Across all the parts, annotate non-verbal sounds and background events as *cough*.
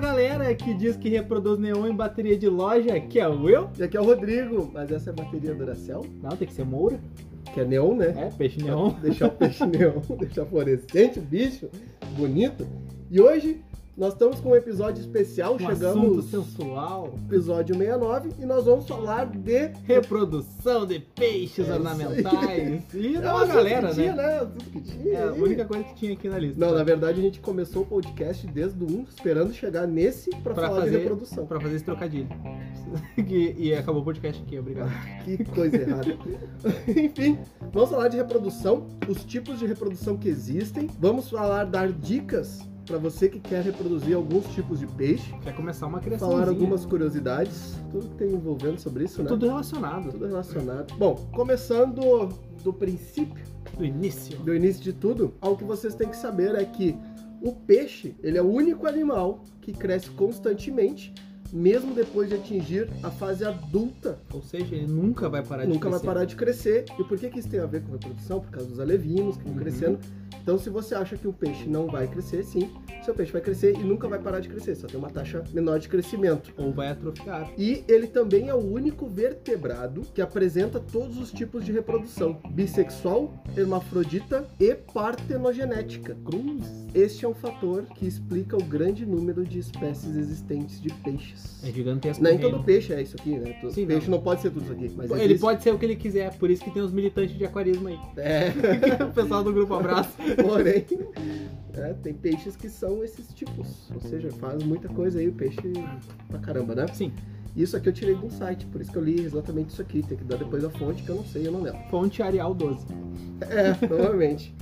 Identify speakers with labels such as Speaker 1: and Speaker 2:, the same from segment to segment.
Speaker 1: cara que diz que reproduz neon em bateria de loja, que é o eu?
Speaker 2: E aqui é o Rodrigo, mas essa é a bateria Duracell,
Speaker 1: Não, tem que ser Moura.
Speaker 2: que é neon, né?
Speaker 1: É, peixe
Speaker 2: *laughs*
Speaker 1: neon.
Speaker 2: Deixar o peixe neon, deixar fluorescente, o bicho, bonito. E hoje nós estamos com um episódio especial,
Speaker 1: Um assunto
Speaker 2: chegamos no
Speaker 1: sensual.
Speaker 2: episódio 69 e nós vamos
Speaker 1: É
Speaker 2: falar de...
Speaker 1: Reprodução de peixes
Speaker 2: É isso
Speaker 1: ornamentais. E
Speaker 2: É
Speaker 1: da
Speaker 2: um
Speaker 1: uma
Speaker 2: assunto
Speaker 1: galera,
Speaker 2: que
Speaker 1: né?
Speaker 2: tinha, né? Tudo que tinha.
Speaker 1: É a
Speaker 2: aí.
Speaker 1: única coisa que tinha aqui na lista.
Speaker 2: Não, na verdade a gente começou o podcast desde o 1, esperando chegar nesse pra,
Speaker 1: Pra
Speaker 2: falar de
Speaker 1: fazer-
Speaker 2: reprodução.
Speaker 1: Pra fazer esse trocadilho. *laughs* Que- e acabou o podcast aqui, obrigado.
Speaker 2: Que coisa errada. *laughs* Enfim, vamos falar de reprodução, os tipos de reprodução que existem. Vamos falar, dar dicas para você que quer reproduzir alguns tipos de peixe.
Speaker 1: Quer começar uma criação.
Speaker 2: Falar algumas curiosidades, tudo que tem envolvendo sobre isso, né?
Speaker 1: Tudo relacionado.
Speaker 2: Tudo relacionado. Bom, começando do princípio,
Speaker 1: Do início.
Speaker 2: do início de tudo, algo que vocês têm que saber é que o peixe, ele é o único animal que cresce constantemente, mesmo depois de atingir a fase adulta
Speaker 1: Ou seja, ele nunca vai parar de
Speaker 2: nunca vai
Speaker 1: crescer.
Speaker 2: parar de crescer. E por que, que isso tem a ver com reprodução? Por causa dos alevinos que vão
Speaker 1: Uhum.
Speaker 2: crescendo. Então, se você acha que o peixe não vai crescer, sim, seu peixe vai crescer e nunca vai parar de crescer, só tem uma taxa menor de crescimento.
Speaker 1: Ou vai atrofiar.
Speaker 2: E ele também é o único vertebrado que apresenta todos os tipos de reprodução: bissexual, hermafrodita e partenogenética.
Speaker 1: Cruz.
Speaker 2: Este é um fator que explica o grande número de espécies existentes de peixes.
Speaker 1: É gigantesco.
Speaker 2: Nem
Speaker 1: mesmo.
Speaker 2: todo peixe é isso aqui, né? Todo
Speaker 1: Sim,
Speaker 2: peixe não. pode ser tudo isso aqui. Mas
Speaker 1: Ele
Speaker 2: existe.
Speaker 1: pode ser o que ele quiser, por isso que tem os militantes de aquarismo aí.
Speaker 2: É.
Speaker 1: *laughs* o pessoal do grupo abraço.
Speaker 2: *laughs* Porém, né, tem peixes que são esses tipos. Ou seja, faz muita coisa aí o peixe pra caramba, né?
Speaker 1: Sim,
Speaker 2: Isso aqui eu tirei de um site, por isso que eu li exatamente isso aqui. Tem que dar depois a fonte, que eu não sei o nome dela.
Speaker 1: fonte Arial 12.
Speaker 2: É, *laughs* provavelmente.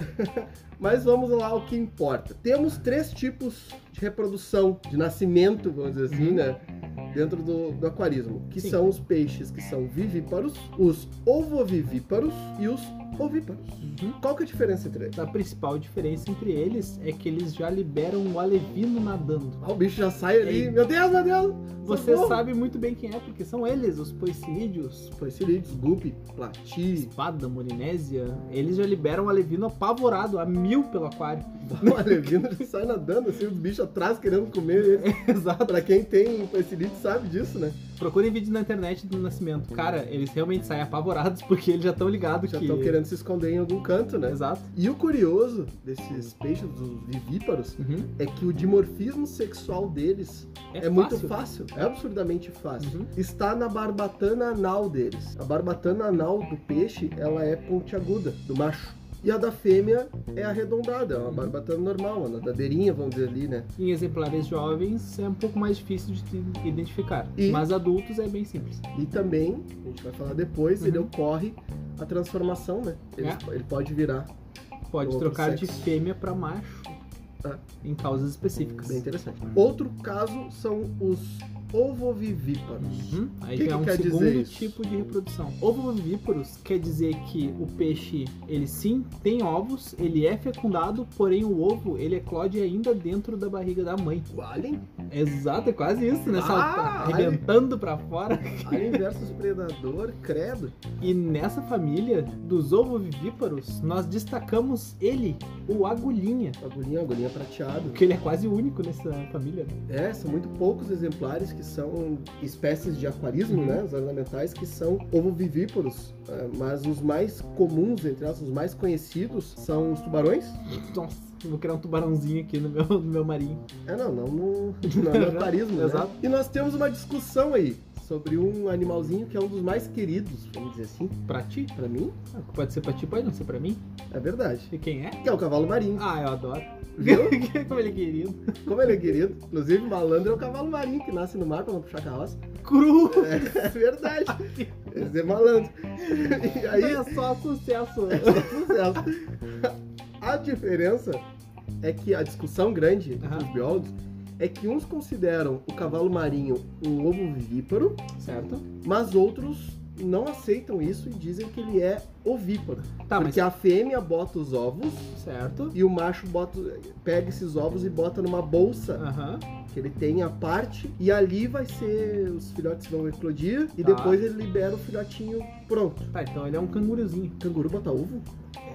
Speaker 2: Mas vamos lá ao que importa. Temos três tipos de reprodução, de nascimento, vamos dizer assim,
Speaker 1: Uhum.
Speaker 2: né? Dentro do, do aquarismo, que
Speaker 1: Sim.
Speaker 2: são os peixes que são vivíparos, os ovovivíparos e os ovíparos. Qual que é a diferença entre eles?
Speaker 1: Uhum. A principal diferença entre eles é que eles já liberam o alevino nadando.
Speaker 2: Ah, o bicho já sai ali.
Speaker 1: Ei.
Speaker 2: Meu Deus, meu Deus!
Speaker 1: Você
Speaker 2: Socorro!
Speaker 1: sabe muito bem quem é, porque são eles, os poicilídeos.
Speaker 2: Foi Sirides, Guppy, Plati, *laughs*
Speaker 1: Espada, Molinésia, eles já liberam o alevino apavorado, a mil pelo aquário.
Speaker 2: o Alevino já sai nadando, assim, os bichos atrás querendo comer. eles.
Speaker 1: *laughs* Exato.
Speaker 2: Pra quem tem Sirides sabe disso, né?
Speaker 1: Procurem vídeos na internet do nascimento. Cara, eles realmente saem apavorados *laughs* porque eles já estão ligados
Speaker 2: Já
Speaker 1: que...
Speaker 2: estão querendo se esconder em algum canto, né?
Speaker 1: Exato.
Speaker 2: E o curioso desses peixes, dos vivíparos,
Speaker 1: Uhum.
Speaker 2: é que o dimorfismo sexual deles
Speaker 1: É,
Speaker 2: é, muito
Speaker 1: fácil.
Speaker 2: fácil, é absurdamente fácil.
Speaker 1: Uhum.
Speaker 2: Está na barbatana anal deles. A barbatana anal do peixe, ela é pontiaguda, do macho. E a da fêmea é arredondada, é uma
Speaker 1: Uhum.
Speaker 2: barbatana normal, uma nadadeirinha, vamos dizer ali, né?
Speaker 1: Em exemplares jovens é um pouco mais difícil de te identificar,
Speaker 2: E-
Speaker 1: mas adultos é bem simples.
Speaker 2: E também, a gente vai falar depois, ele
Speaker 1: Uhum. É.
Speaker 2: ocorre a transformação, né? Ele, ele pode virar.
Speaker 1: Pode
Speaker 2: Outro
Speaker 1: trocar de
Speaker 2: sexo.
Speaker 1: fêmea para macho
Speaker 2: Ah.
Speaker 1: em causas específicas.
Speaker 2: Hum, Bem interessante.
Speaker 1: Uhum.
Speaker 2: Outro caso são os ovovivíparos.
Speaker 1: Uhum. Aí
Speaker 2: Que
Speaker 1: já é
Speaker 2: que
Speaker 1: um
Speaker 2: quer dizer
Speaker 1: segundo
Speaker 2: isso?
Speaker 1: tipo de reprodução. Ovovivíparos quer dizer que o peixe, ele sim tem ovos, ele é fecundado, porém o ovo, ele eclode ainda dentro da barriga da mãe.
Speaker 2: O alien,
Speaker 1: Exato, é quase isso, né?
Speaker 2: Ah,
Speaker 1: Salta,
Speaker 2: aí-
Speaker 1: arrebentando pra fora.
Speaker 2: alien versus predador, credo.
Speaker 1: E nessa família dos ovovivíparos, nós destacamos ele, o agulhinha.
Speaker 2: Agulhinha, agulhinha prateado.
Speaker 1: Porque ele é quase único nessa família. né?
Speaker 2: É, são muito poucos exemplares que são espécies de aquarismo,
Speaker 1: Uhum.
Speaker 2: né? Os ornamentais que são ovovivíparos. é, Mas os mais comuns, entre aspas, os mais conhecidos são os tubarões.
Speaker 1: Nossa, eu vou criar um tubarãozinho aqui no meu, *laughs* no meu marinho.
Speaker 2: É, não, não no, *laughs*
Speaker 1: *laughs*
Speaker 2: não no tarismo, né?
Speaker 1: Exato.
Speaker 2: E nós temos uma discussão aí sobre um animalzinho que é um dos mais queridos, vamos dizer assim,
Speaker 1: Pra ti?
Speaker 2: pra mim,
Speaker 1: Ah, Pode ser pra ti, pode não ser pra mim.
Speaker 2: é verdade.
Speaker 1: E quem é?
Speaker 2: Que é o cavalo marinho,
Speaker 1: Ah, eu adoro. *laughs*
Speaker 2: viu?
Speaker 1: Como ele é querido.
Speaker 2: Como ele é querido. Inclusive, malandro é o cavalo marinho que nasce no mar pra não puxar carroça. *laughs*
Speaker 1: Cru!
Speaker 2: É
Speaker 1: *laughs*
Speaker 2: verdade. Esse é malandro. *laughs* E aí,
Speaker 1: É só sucesso.
Speaker 2: sucesso. A diferença é que a discussão grande entre
Speaker 1: Aham.
Speaker 2: os biólogos é que uns consideram o cavalo marinho um ovovivíparo
Speaker 1: certo?
Speaker 2: mas outros não aceitam isso e dizem que ele é ovíparo.
Speaker 1: Tá, mas
Speaker 2: porque a fêmea bota os ovos
Speaker 1: certo.
Speaker 2: e o macho bota, pega esses ovos e bota numa bolsa
Speaker 1: Aham.
Speaker 2: que ele tem a parte e ali vai ser os filhotes vão eclodir e
Speaker 1: Tá.
Speaker 2: depois ele libera o filhotinho pronto.
Speaker 1: Tá, então ele é um canguruzinho.
Speaker 2: Canguru bota ovo?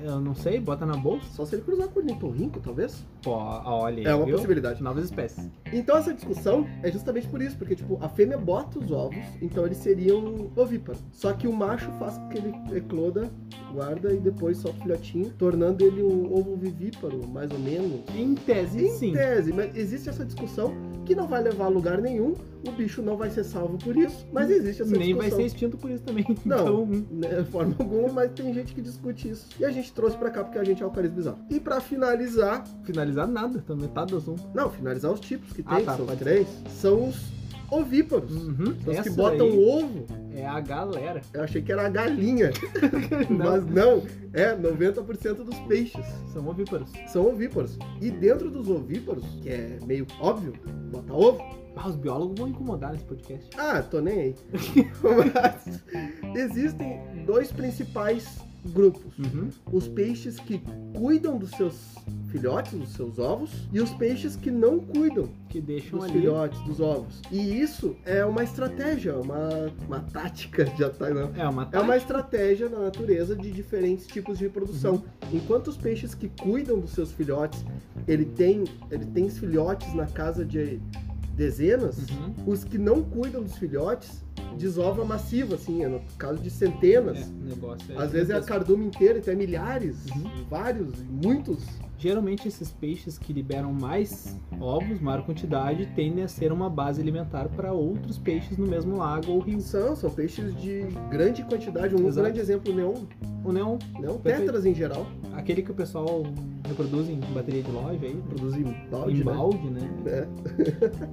Speaker 1: Eu não sei, bota na bolsa?
Speaker 2: Só se ele cruzar com o ornitorrinco, talvez?
Speaker 1: Pô, olha aí,
Speaker 2: É uma
Speaker 1: viu?
Speaker 2: possibilidade.
Speaker 1: Novas espécies.
Speaker 2: Então essa discussão é justamente por isso, porque tipo, a fêmea bota os ovos, então eles seriam ovíparos. Só que o macho faz com que ele ecloda, guarda e depois solta o filhotinho, tornando ele um ovo vivíparo, mais ou menos.
Speaker 1: Em tese,
Speaker 2: Em
Speaker 1: sim.
Speaker 2: tese, mas existe essa discussão que não vai levar a lugar nenhum, o bicho não vai ser salvo por isso, mas existe essa
Speaker 1: Nem vai
Speaker 2: discussão.
Speaker 1: ser extinto por isso também.
Speaker 2: Não.
Speaker 1: Então,
Speaker 2: né, de forma alguma, mas tem gente que discute isso. E a gente trouxe pra cá porque a gente é o Caris Bizarro. E pra finalizar,
Speaker 1: finalizar nada, tá metade do assunto.
Speaker 2: não, finalizar os tipos que
Speaker 1: Ah,
Speaker 2: tem,
Speaker 1: tá,
Speaker 2: que são os
Speaker 1: pode
Speaker 2: três, são os ovíparos. Então,
Speaker 1: Uhum.
Speaker 2: Os que
Speaker 1: Essa
Speaker 2: botam
Speaker 1: aí
Speaker 2: ovo,
Speaker 1: é a galera.
Speaker 2: eu achei que era a galinha,
Speaker 1: *laughs* Não,
Speaker 2: mas não, é 90% dos peixes
Speaker 1: são ovíparos.
Speaker 2: são ovíparos. E dentro dos ovíparos, que é meio óbvio, bota ovo,
Speaker 1: Ah, os biólogos vão incomodar nesse podcast.
Speaker 2: ah, tô nem
Speaker 1: *laughs*
Speaker 2: aí. mas existem dois principais grupos.
Speaker 1: Uhum.
Speaker 2: os peixes que cuidam dos seus filhotes, dos seus ovos, e os peixes que não cuidam
Speaker 1: Que deixam
Speaker 2: dos
Speaker 1: ali.
Speaker 2: filhotes, dos ovos. E isso é uma estratégia, uma, uma tática *laughs* de ataque. não.
Speaker 1: É uma
Speaker 2: É uma estratégia na natureza de diferentes tipos de
Speaker 1: Uhum.
Speaker 2: reprodução. Enquanto os peixes que cuidam dos seus filhotes, ele tem, ele tem filhotes na casa de dezenas,
Speaker 1: Uhum.
Speaker 2: os que não cuidam dos filhotes, desova massiva, assim, é no caso de centenas.
Speaker 1: É, o negócio é
Speaker 2: Às vezes é a cardume inteira, então é milhares,
Speaker 1: Uhum.
Speaker 2: vários, muitos.
Speaker 1: Geralmente esses peixes que liberam mais ovos, maior quantidade, tendem a ser uma base alimentar para outros peixes no mesmo lago ou rio.
Speaker 2: São, são peixes de grande quantidade. Um
Speaker 1: Exato.
Speaker 2: grande exemplo, o neon,
Speaker 1: O neon,
Speaker 2: neon
Speaker 1: Perfeito.
Speaker 2: tetras em geral.
Speaker 1: aquele que o pessoal reproduz em bateria de loja aí,
Speaker 2: Produzem balde,
Speaker 1: em
Speaker 2: né?
Speaker 1: balde, né?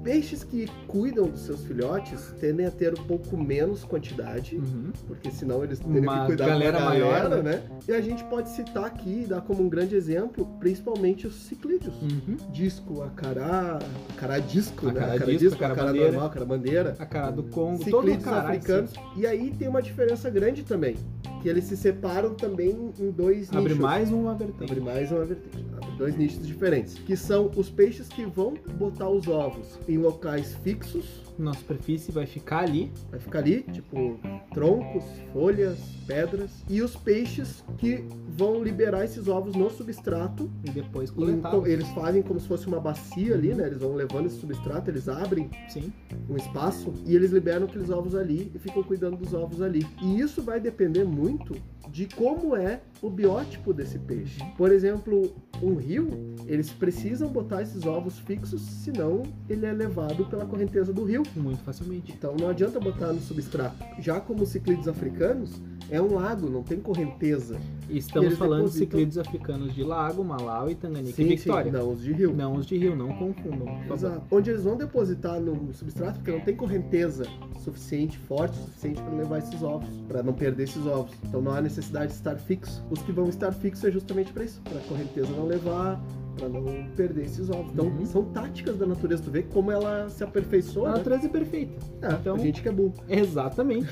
Speaker 2: Peixes que cuidam dos seus filhotes tendem a ter um pouco menos quantidade,
Speaker 1: Uhum.
Speaker 2: porque senão eles teriam
Speaker 1: Uma
Speaker 2: que cuidar da
Speaker 1: galera maior,
Speaker 2: né? E a gente pode citar aqui e dar como um grande exemplo, principalmente os ciclídeos.
Speaker 1: Uhum.
Speaker 2: Disco, acará, acará disco, né?
Speaker 1: Acará
Speaker 2: Acará
Speaker 1: disco,
Speaker 2: disco,
Speaker 1: acará
Speaker 2: acará
Speaker 1: bandeira.
Speaker 2: normal, acará bandeira.
Speaker 1: A cara do Congo, todo o
Speaker 2: ciclistas
Speaker 1: caralho,
Speaker 2: africanos. E aí tem uma diferença grande também, que eles se separam também em dois
Speaker 1: assim. Abre
Speaker 2: nichos.
Speaker 1: mais uma vertente.
Speaker 2: Abre Então, mais uma vertente. Abre dois nichos diferentes, que são os peixes que vão botar os ovos em locais fixos,
Speaker 1: Na superfície vai ficar ali.
Speaker 2: vai ficar ali, tipo troncos, folhas, pedras, e os peixes que vão liberar esses ovos no substrato
Speaker 1: e depois coletar.
Speaker 2: então, eles fazem como se fosse uma bacia ali, né? Eles vão levando esse substrato, eles abrem
Speaker 1: Sim.
Speaker 2: um espaço e eles liberam aqueles ovos ali e ficam cuidando dos ovos ali. E isso vai depender muito de como é o biótipo desse peixe. Por exemplo, um rio, eles precisam botar esses ovos fixos, senão ele é levado pela correnteza do rio.
Speaker 1: Muito facilmente.
Speaker 2: Então não adianta botar no substrato. Já como os ciclides africanos, é um lago, não tem correnteza.
Speaker 1: E estamos
Speaker 2: Eles
Speaker 1: falando de
Speaker 2: depositam-
Speaker 1: ciclides africanos de Lago, Malawi, Tanganica
Speaker 2: Sim,
Speaker 1: e
Speaker 2: sim,
Speaker 1: Victória.
Speaker 2: não, os de rio.
Speaker 1: Não os de rio, não confundam. por favor.
Speaker 2: Exato. Onde eles vão depositar no substrato, porque não tem correnteza suficiente, forte o suficiente para levar esses ovos, para não perder esses ovos. Então não há necessidade de estar fixo. Os que vão estar fixos é justamente para isso, para a correnteza não levar, para não perder esses ovos. Então
Speaker 1: Uhum.
Speaker 2: são táticas da natureza, tu vê como ela se aperfeiçoa.
Speaker 1: A
Speaker 2: né?
Speaker 1: natureza é perfeita.
Speaker 2: É,
Speaker 1: então-
Speaker 2: a gente que é burro.
Speaker 1: Exatamente.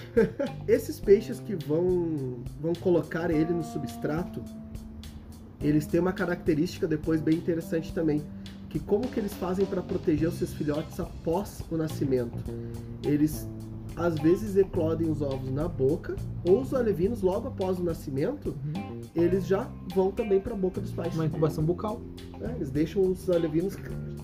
Speaker 2: Esses peixes que vão, vão colocar ele no substrato, eles têm uma característica depois bem interessante também, que como que eles fazem para proteger os seus filhotes após o nascimento. Eles às vezes eclodem os ovos na boca, ou os alevinos logo após o nascimento,
Speaker 1: Uhum.
Speaker 2: eles já vão também para a boca dos pais.
Speaker 1: Uma incubação bucal.
Speaker 2: né? Eles deixam os alevinos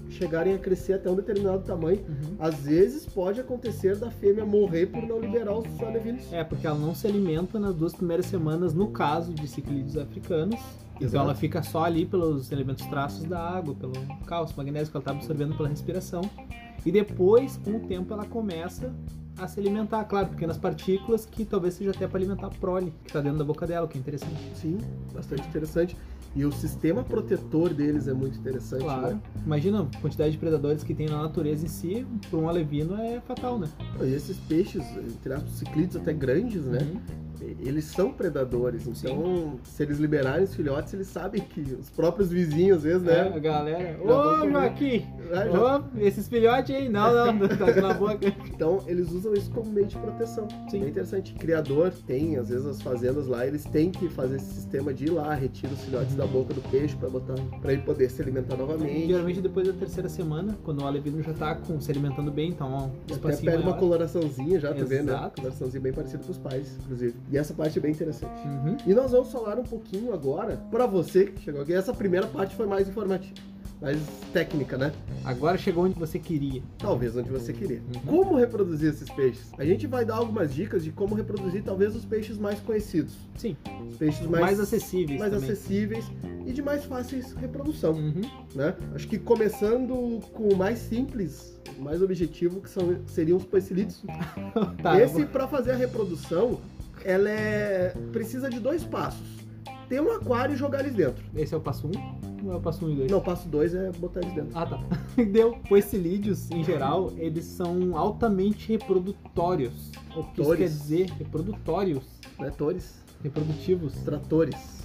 Speaker 2: chegarem a crescer até um determinado tamanho.
Speaker 1: Uhum.
Speaker 2: Às vezes pode acontecer da fêmea morrer por não liberar os alevinos.
Speaker 1: É, porque ela não se alimenta nas duas primeiras semanas, no caso de ciclides africanos. Então
Speaker 2: Exato.
Speaker 1: ela fica só ali pelos elementos traços da água, pelo cálcio, magnésio que ela está absorvendo pela respiração. E depois, com o tempo, ela começa a se alimentar, claro, pequenas partículas que talvez seja até para alimentar a prole, que está dentro da boca dela, o que é interessante.
Speaker 2: Sim, bastante interessante. E o sistema protetor deles é muito interessante,
Speaker 1: Claro.
Speaker 2: né?
Speaker 1: Imagina a quantidade de predadores que tem na natureza em si, para um alevino é fatal, né?
Speaker 2: E esses peixes, entre aspas, ciclides até grandes, né?
Speaker 1: Uhum.
Speaker 2: eles são predadores, então se eles liberarem os filhotes, eles sabem que os próprios vizinhos, às vezes,
Speaker 1: É,
Speaker 2: né?
Speaker 1: a galera.
Speaker 2: Já vou
Speaker 1: Ô,
Speaker 2: comer.
Speaker 1: Joaquim!
Speaker 2: já-
Speaker 1: Ô, esses filhotes aí, não, não, tá na boca.
Speaker 2: Então eles usam isso como meio de proteção.
Speaker 1: Sim.
Speaker 2: Bem interessante. Criador tem, às vezes as fazendas lá, eles têm que fazer esse sistema de ir lá, retira os filhotes da boca do peixe para botar, para ele poder se alimentar novamente.
Speaker 1: Geralmente depois da terceira semana, quando o alevino já tá com, se alimentando bem, então ó, um
Speaker 2: Até
Speaker 1: espacinho
Speaker 2: pega uma
Speaker 1: maior.
Speaker 2: coloraçãozinha já, tá vendo? Né?
Speaker 1: Exato.
Speaker 2: Coloraçãozinha bem parecida com os pais, inclusive. E essa parte é bem interessante.
Speaker 1: Uhum.
Speaker 2: E nós vamos falar um pouquinho agora, para você que chegou aqui, essa primeira parte foi mais informativa, mais técnica, né?
Speaker 1: Agora chegou onde você queria.
Speaker 2: Talvez onde você queria.
Speaker 1: Uhum.
Speaker 2: Como reproduzir esses peixes? A gente vai dar algumas dicas de como reproduzir talvez os peixes mais conhecidos.
Speaker 1: Sim,
Speaker 2: Os peixes mais,
Speaker 1: mais, acessíveis
Speaker 2: mais
Speaker 1: também.
Speaker 2: acessíveis e de mais fáceis reprodução,
Speaker 1: Uhum. *laughs*
Speaker 2: né? Acho que começando com o mais simples, o mais objetivo, que são, seriam os poecilites.
Speaker 1: Tá, eu
Speaker 2: Esse, para fazer a reprodução, ela é... precisa de dois passos. Ter um aquário e jogar eles dentro.
Speaker 1: vou- esse é o passo 1 um, ou é o passo 1 um e 2?
Speaker 2: Não, passo dois é botar eles dentro.
Speaker 1: Ah, tá. *laughs* Deu. Poecilídeos, em geral, eles são altamente reprodutórios. O que isso
Speaker 2: Tores.
Speaker 1: quer dizer? Reprodutórios.
Speaker 2: Né? Tores,
Speaker 1: Reprodutivos.
Speaker 2: tratores. *laughs*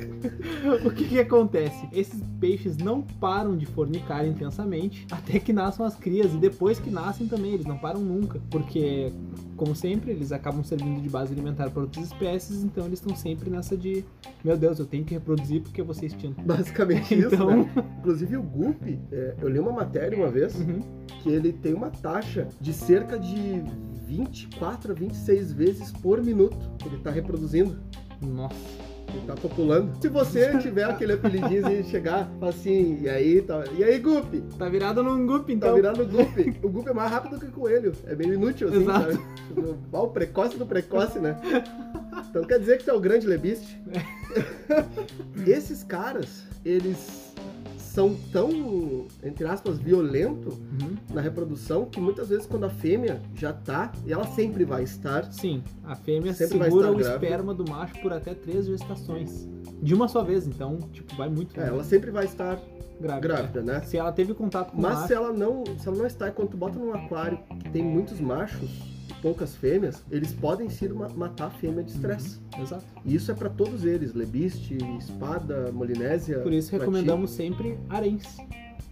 Speaker 1: Então, O que, que acontece? Esses peixes não param de fornicar intensamente até que nasçam as crias e depois que nascem também, eles não param nunca, porque como sempre, eles acabam servindo de base alimentar para outras espécies, então eles estão sempre nessa de, meu Deus, eu tenho que reproduzir porque eu vou ser extinto.
Speaker 2: Basicamente isso,
Speaker 1: Então,
Speaker 2: né? Inclusive o Guppy, é, eu li uma matéria uma vez
Speaker 1: uhum,
Speaker 2: que ele tem uma taxa de cerca de 24 a 26 vezes por minuto que ele tá reproduzindo,
Speaker 1: nossa,
Speaker 2: que ele tá populando. Se você tiver aquele apelidinho e chegar, fala assim, e aí, tá, e aí Guppy?
Speaker 1: tá virado num grupo
Speaker 2: Tá
Speaker 1: então.
Speaker 2: virando Guppy. O Guppy é mais rápido que o coelho, é meio inútil assim,
Speaker 1: Exato.
Speaker 2: sabe? Tipo, ó, o precoce do precoce, né? Então quer dizer que tu é o grande lebiste.
Speaker 1: É.
Speaker 2: Esses caras, eles são tão, entre aspas, violento
Speaker 1: Uhum,
Speaker 2: na reprodução que muitas vezes quando a fêmea já tá, e ela sempre vai estar,
Speaker 1: Sim, a fêmea
Speaker 2: Sempre vai
Speaker 1: segura
Speaker 2: estar
Speaker 1: o
Speaker 2: grávida.
Speaker 1: esperma do macho por até três gestações. De uma só vez, então, tipo, vai muito
Speaker 2: é, ela sempre vai estar
Speaker 1: grávida.
Speaker 2: grávida, né?
Speaker 1: Se ela teve contato com o
Speaker 2: Mas
Speaker 1: macho,
Speaker 2: se ela não, se ela não está, quando tu bota num aquário que tem muitos machos e poucas fêmeas, eles podem sim ma- matar a fêmea de estresse.
Speaker 1: exato.
Speaker 2: E isso é para todos eles, lebiste, espada, molinésia.
Speaker 1: Por isso
Speaker 2: prati-
Speaker 1: recomendamos sempre haréns.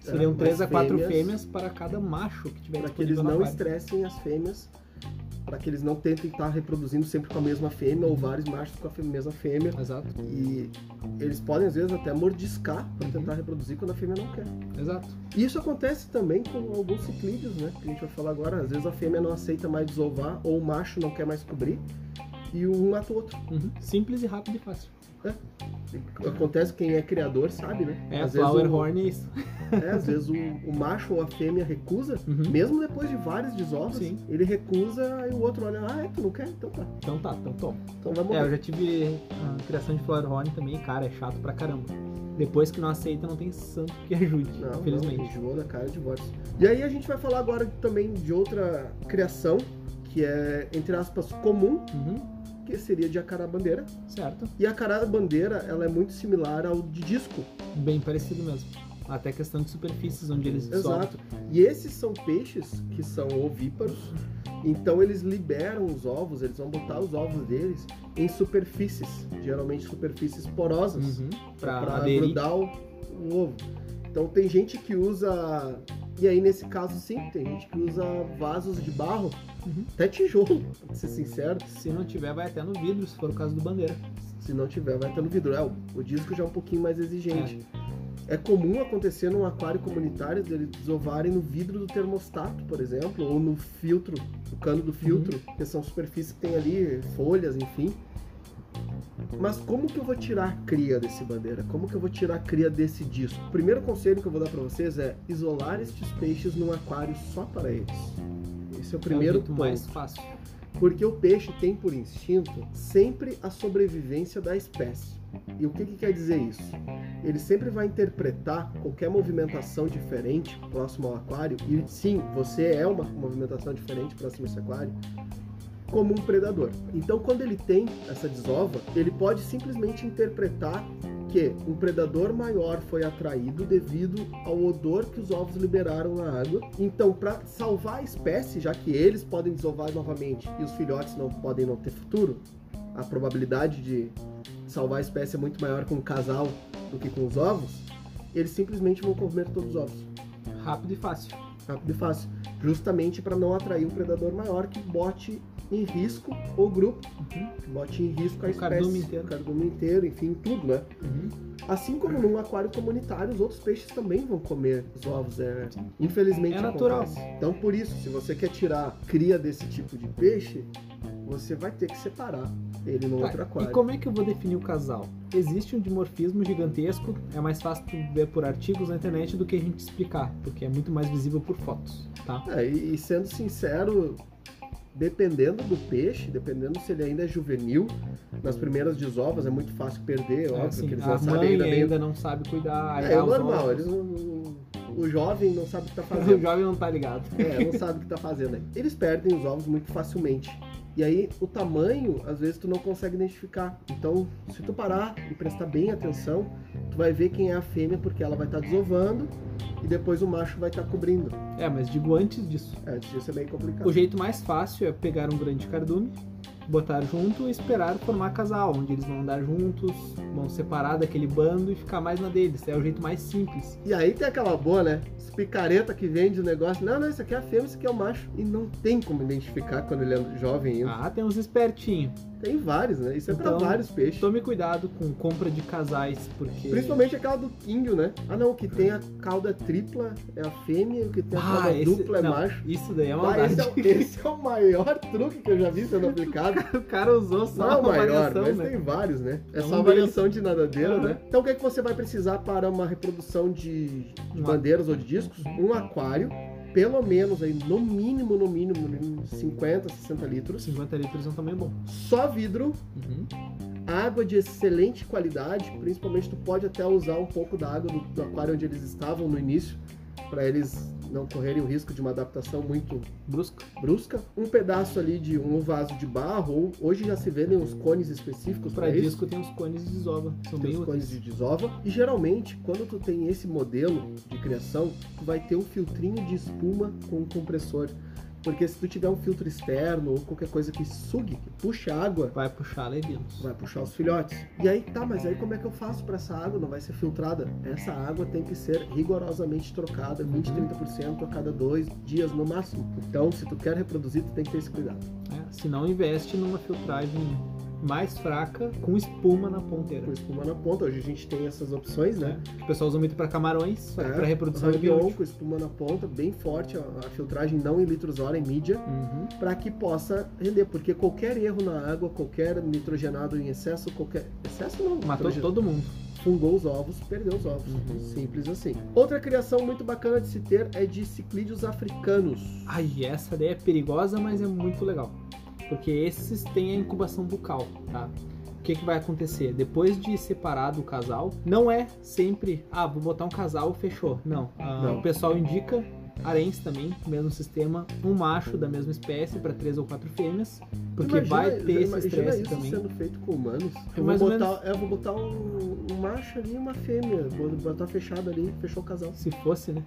Speaker 1: Seriam
Speaker 2: É, mas
Speaker 1: 3 a 4
Speaker 2: fêmeas-
Speaker 1: fêmeas, para cada macho que tiver
Speaker 2: para que eles
Speaker 1: disponível
Speaker 2: não
Speaker 1: na parte.
Speaker 2: estressem as fêmeas, para que eles não tentem estar reproduzindo sempre com a mesma fêmea ou vários machos com a fê- mesma fêmea.
Speaker 1: Exato,
Speaker 2: E eles podem, às vezes, até mordiscar para
Speaker 1: Uhum.
Speaker 2: tentar reproduzir quando a fêmea não quer.
Speaker 1: exato.
Speaker 2: E isso acontece também com alguns ciclídeos, né? Que a gente vai falar agora. Às vezes a fêmea não aceita mais desovar ou o macho não quer mais cobrir. E um mata o outro.
Speaker 1: Uhum. Simples e rápido e fácil.
Speaker 2: Acontece, quem é criador sabe, né?
Speaker 1: É, flower
Speaker 2: o,
Speaker 1: horn é isso.
Speaker 2: É, às vezes o, o macho ou a fêmea recusa,
Speaker 1: Uhum.
Speaker 2: mesmo depois de vários desovos,
Speaker 1: Sim.
Speaker 2: ele recusa e o outro olha, ah, é, tu não quer? Então tá,
Speaker 1: Então tá, então toma.
Speaker 2: então vai
Speaker 1: É, eu
Speaker 2: morrer.
Speaker 1: já tive a criação de flower horn também, cara, é chato pra caramba. Depois que não aceita, não tem santo que ajude,
Speaker 2: Não,
Speaker 1: É, infelizmente.
Speaker 2: não, enjoou da cara de bosta. E aí a gente vai falar agora também de outra criação, que é, entre aspas, comum,
Speaker 1: Uhum,
Speaker 2: que seria de acarabandeira.
Speaker 1: Certo,
Speaker 2: E a carabandeira, ela é muito similar ao de disco.
Speaker 1: bem parecido mesmo. Até questão de superfícies onde eles dissolvem.
Speaker 2: Exato. E esses são peixes que são ovíparos, então eles liberam os ovos, eles vão botar os ovos deles em superfícies, geralmente superfícies porosas,
Speaker 1: Uhum, Pra,
Speaker 2: para
Speaker 1: aderir.
Speaker 2: É grudar o, o ovo. Então tem gente que usa, e aí nesse caso sim, tem gente que usa vasos de barro,
Speaker 1: Uhum.
Speaker 2: até tijolo, pra ser sincero.
Speaker 1: Se não tiver, vai até no vidro, se for o caso do bandeira.
Speaker 2: Se não tiver, vai estar no vidro. É, o, o disco já é um pouquinho mais exigente. É comum acontecer num aquário comunitário deles desovarem no vidro do termostato, por exemplo, ou no filtro, no cano do filtro,
Speaker 1: Uhum.
Speaker 2: que são superfícies que tem ali, folhas, enfim. Mas como que eu vou tirar a cria desse bandeira? Como que eu vou tirar a cria desse disco? O primeiro conselho que eu vou dar para vocês é isolar estes peixes num aquário só para eles. Esse é o primeiro
Speaker 1: é o jeito
Speaker 2: ponto.
Speaker 1: mais fácil.
Speaker 2: Porque o peixe tem por instinto sempre a sobrevivência da espécie. E o que, que quer dizer isso? Ele sempre vai interpretar qualquer movimentação diferente próximo ao aquário, e sim, você é uma movimentação diferente próximo a esse aquário, como um predador. Então, quando ele tem essa desova, ele pode simplesmente interpretar que que um predador maior foi atraído devido ao odor que os ovos liberaram na água. Então, para salvar a espécie, já que eles podem desovar novamente e os filhotes não podem não ter futuro, a probabilidade de salvar a espécie é muito maior com o casal do que com os ovos. Eles simplesmente vão comer todos os ovos,
Speaker 1: Rápido e fácil.
Speaker 2: rápido e fácil, justamente para não atrair um predador maior que bote em risco o grupo,
Speaker 1: Uhum.
Speaker 2: que bote em risco a
Speaker 1: O
Speaker 2: espécie,
Speaker 1: cardume inteiro.
Speaker 2: o cardume inteiro, enfim, tudo, né?
Speaker 1: Uhum.
Speaker 2: Assim como num aquário comunitário, os outros peixes também vão comer os ovos. É, infelizmente
Speaker 1: É natural.
Speaker 2: acontece. Então, por isso, se você quer tirar cria desse tipo de peixe, você vai ter que separar ele no
Speaker 1: Tá,
Speaker 2: outro aquário.
Speaker 1: E como é que eu vou definir o casal? Existe um dimorfismo gigantesco, é mais fácil tu ver por artigos na internet do que a gente explicar, porque é muito mais visível por fotos, tá?
Speaker 2: É, e e sendo sincero, dependendo do peixe, dependendo se ele ainda é juvenil, nas primeiras desovas é muito fácil perder,
Speaker 1: É,
Speaker 2: óbvio,
Speaker 1: assim,
Speaker 2: que eles
Speaker 1: a
Speaker 2: não
Speaker 1: mãe
Speaker 2: sabem ainda
Speaker 1: ainda,
Speaker 2: bem.
Speaker 1: não sabe cuidar.
Speaker 2: É,
Speaker 1: olhar
Speaker 2: é
Speaker 1: os
Speaker 2: normal,
Speaker 1: ovos.
Speaker 2: eles não- o jovem não sabe o que
Speaker 1: *laughs*
Speaker 2: tá
Speaker 1: O
Speaker 2: fazendo.
Speaker 1: jovem não tá ligado.
Speaker 2: É, não sabe o que tá fazendo. aí. Eles perdem os ovos muito facilmente. E aí, o tamanho, às vezes, tu não consegue identificar. Então, se tu parar e prestar bem atenção, tu vai ver quem é a fêmea, porque ela vai estar desovando e depois o macho vai estar cobrindo.
Speaker 1: É, mas digo antes disso.
Speaker 2: É, isso é meio complicado.
Speaker 1: O jeito mais fácil é pegar um grande cardume, botar junto e esperar formar casal, onde eles vão andar juntos, vão separar daquele bando e ficar mais na deles. É o jeito mais simples.
Speaker 2: E aí tem aquela boa, né? Os picareta que vende o negócio. Não, não, isso aqui é a fêmea, isso aqui é o macho. E não tem como identificar quando ele é jovem ainda.
Speaker 1: Ah, tem uns espertinhos.
Speaker 2: Tem vários, né? Isso é pra
Speaker 1: Então,
Speaker 2: vários peixes.
Speaker 1: Tome cuidado com compra de casais, porque.
Speaker 2: Principalmente aquela do índio, né? Ah não, o que tem a cauda tripla é a fêmea, o que tem a cauda
Speaker 1: ah, esse...
Speaker 2: dupla é
Speaker 1: não,
Speaker 2: macho.
Speaker 1: Isso daí é
Speaker 2: Ah,
Speaker 1: maldade. *laughs*
Speaker 2: esse, é, o- esse é o maior truque que eu já vi sendo aplicado.
Speaker 1: O cara usou
Speaker 2: Não
Speaker 1: só
Speaker 2: é o
Speaker 1: uma
Speaker 2: maior,
Speaker 1: variação,
Speaker 2: mas
Speaker 1: né?
Speaker 2: tem vários, né? É
Speaker 1: É
Speaker 2: só
Speaker 1: um
Speaker 2: uma
Speaker 1: deles.
Speaker 2: variação de nadadeira,
Speaker 1: Aham.
Speaker 2: né? Então o que, é que você vai precisar para uma reprodução de, de
Speaker 1: Um
Speaker 2: bandeiras ou de discos? Um aquário, pelo menos aí, no mínimo, no mínimo, no mínimo 50, 60 litros.
Speaker 1: 50 litros é um tamanho bom.
Speaker 2: Só vidro,
Speaker 1: Uhum.
Speaker 2: água de excelente qualidade, principalmente tu pode até usar um pouco da água do, do aquário onde eles estavam no início, para eles não correrem o risco de uma adaptação muito
Speaker 1: Brusco.
Speaker 2: brusca. Um pedaço ali de um vaso de barro, ou hoje já se vendem uns cones específicos
Speaker 1: Uhum. Pra
Speaker 2: para É isso.
Speaker 1: disco tem uns cones de desova. São
Speaker 2: Tem
Speaker 1: bem
Speaker 2: os cones
Speaker 1: úteis.
Speaker 2: de desova. E geralmente, quando tu tem esse modelo de criação, tu vai ter um filtrinho de espuma com um compressor. Porque se tu tiver um filtro externo ou qualquer coisa que sugue, que puxe água,
Speaker 1: Vai puxar levinos.
Speaker 2: vai puxar os filhotes. E aí, tá, mas aí como é que eu faço pra essa água? Não vai ser filtrada. Essa água tem que ser rigorosamente trocada, 20, 30% a cada dois dias no máximo. Então, se tu quer reproduzir, tu tem que ter esse cuidado.
Speaker 1: né? Se não investe numa filtragem mais fraca, com espuma na
Speaker 2: Com
Speaker 1: ponteira.
Speaker 2: espuma na ponta, hoje a gente tem essas opções, né?
Speaker 1: né? Que O pessoal usa muito pra camarões, só que
Speaker 2: É,
Speaker 1: pra reprodução de
Speaker 2: Rabion
Speaker 1: biótico.
Speaker 2: com espuma na ponta, bem forte, a, a filtragem não em litros hora, em mídia,
Speaker 1: Uhum.
Speaker 2: para que possa render, porque qualquer erro na água, qualquer nitrogenado em excesso, qualquer. Excesso não,
Speaker 1: Matou
Speaker 2: nitrogen-
Speaker 1: todo mundo.
Speaker 2: fungou os ovos, perdeu os ovos.
Speaker 1: Uhum.
Speaker 2: Simples assim. Outra criação muito bacana de se ter é de ciclídeos africanos.
Speaker 1: Ai, essa ideia é perigosa, mas é muito legal. Porque esses têm a incubação bucal, tá? O que, que vai acontecer? Depois de separado o casal, não é sempre, ah, vou botar um casal, fechou. Não. Ah,
Speaker 2: Não.
Speaker 1: O pessoal indica, haréns também, mesmo sistema, um macho da mesma espécie para três ou quatro fêmeas, porque
Speaker 2: Imagina-
Speaker 1: vai ter esse
Speaker 2: imagina
Speaker 1: estresse
Speaker 2: isso
Speaker 1: também.
Speaker 2: sendo feito com humanos.
Speaker 1: É
Speaker 2: Eu vou
Speaker 1: mais ou
Speaker 2: botar, eu vou botar um, um macho ali e uma fêmea. Vou botar fechado ali, fechou o casal. *laughs* É
Speaker 1: Se fosse, né?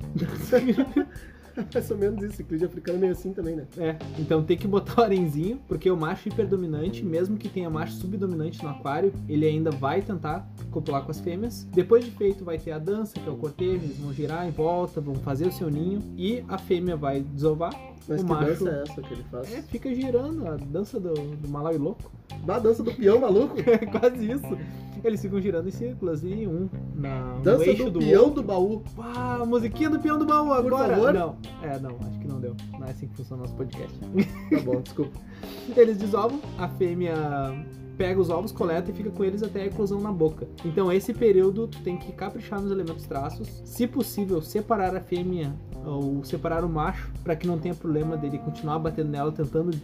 Speaker 2: Mais ou menos isso. Ciclídeo africano é meio assim também, né?
Speaker 1: É, então tem que botar o arenzinho, porque o macho hiperdominante, mesmo que tenha macho subdominante no aquário, ele ainda vai tentar copular com as fêmeas. Depois de feito, vai ter a dança, que é o cortejo, eles vão girar em volta, vão fazer o seu ninho, e a fêmea vai desovar.
Speaker 2: Mas
Speaker 1: O
Speaker 2: que
Speaker 1: macho-
Speaker 2: dança é essa que ele faz?
Speaker 1: É, fica girando, a dança do, do Malawi louco. *laughs*
Speaker 2: Ah, A dança do peão, maluco?
Speaker 1: É quase isso. Eles ficam girando em círculos, e um na, no
Speaker 2: Dança
Speaker 1: eixo
Speaker 2: do,
Speaker 1: do
Speaker 2: peão do baú.
Speaker 1: Ah, musiquinha do peão do baú agora!
Speaker 2: favor.
Speaker 1: Não, é, não, acho que não deu. Não é assim que funciona o nosso podcast.
Speaker 2: Tá bom, desculpa.
Speaker 1: Eles desovam, a fêmea pega os ovos, coleta e fica com eles até a eclosão na boca. Então esse período tu tem que caprichar nos elementos traços, se possível separar a fêmea ou separar o macho para que não tenha problema dele continuar batendo nela tentando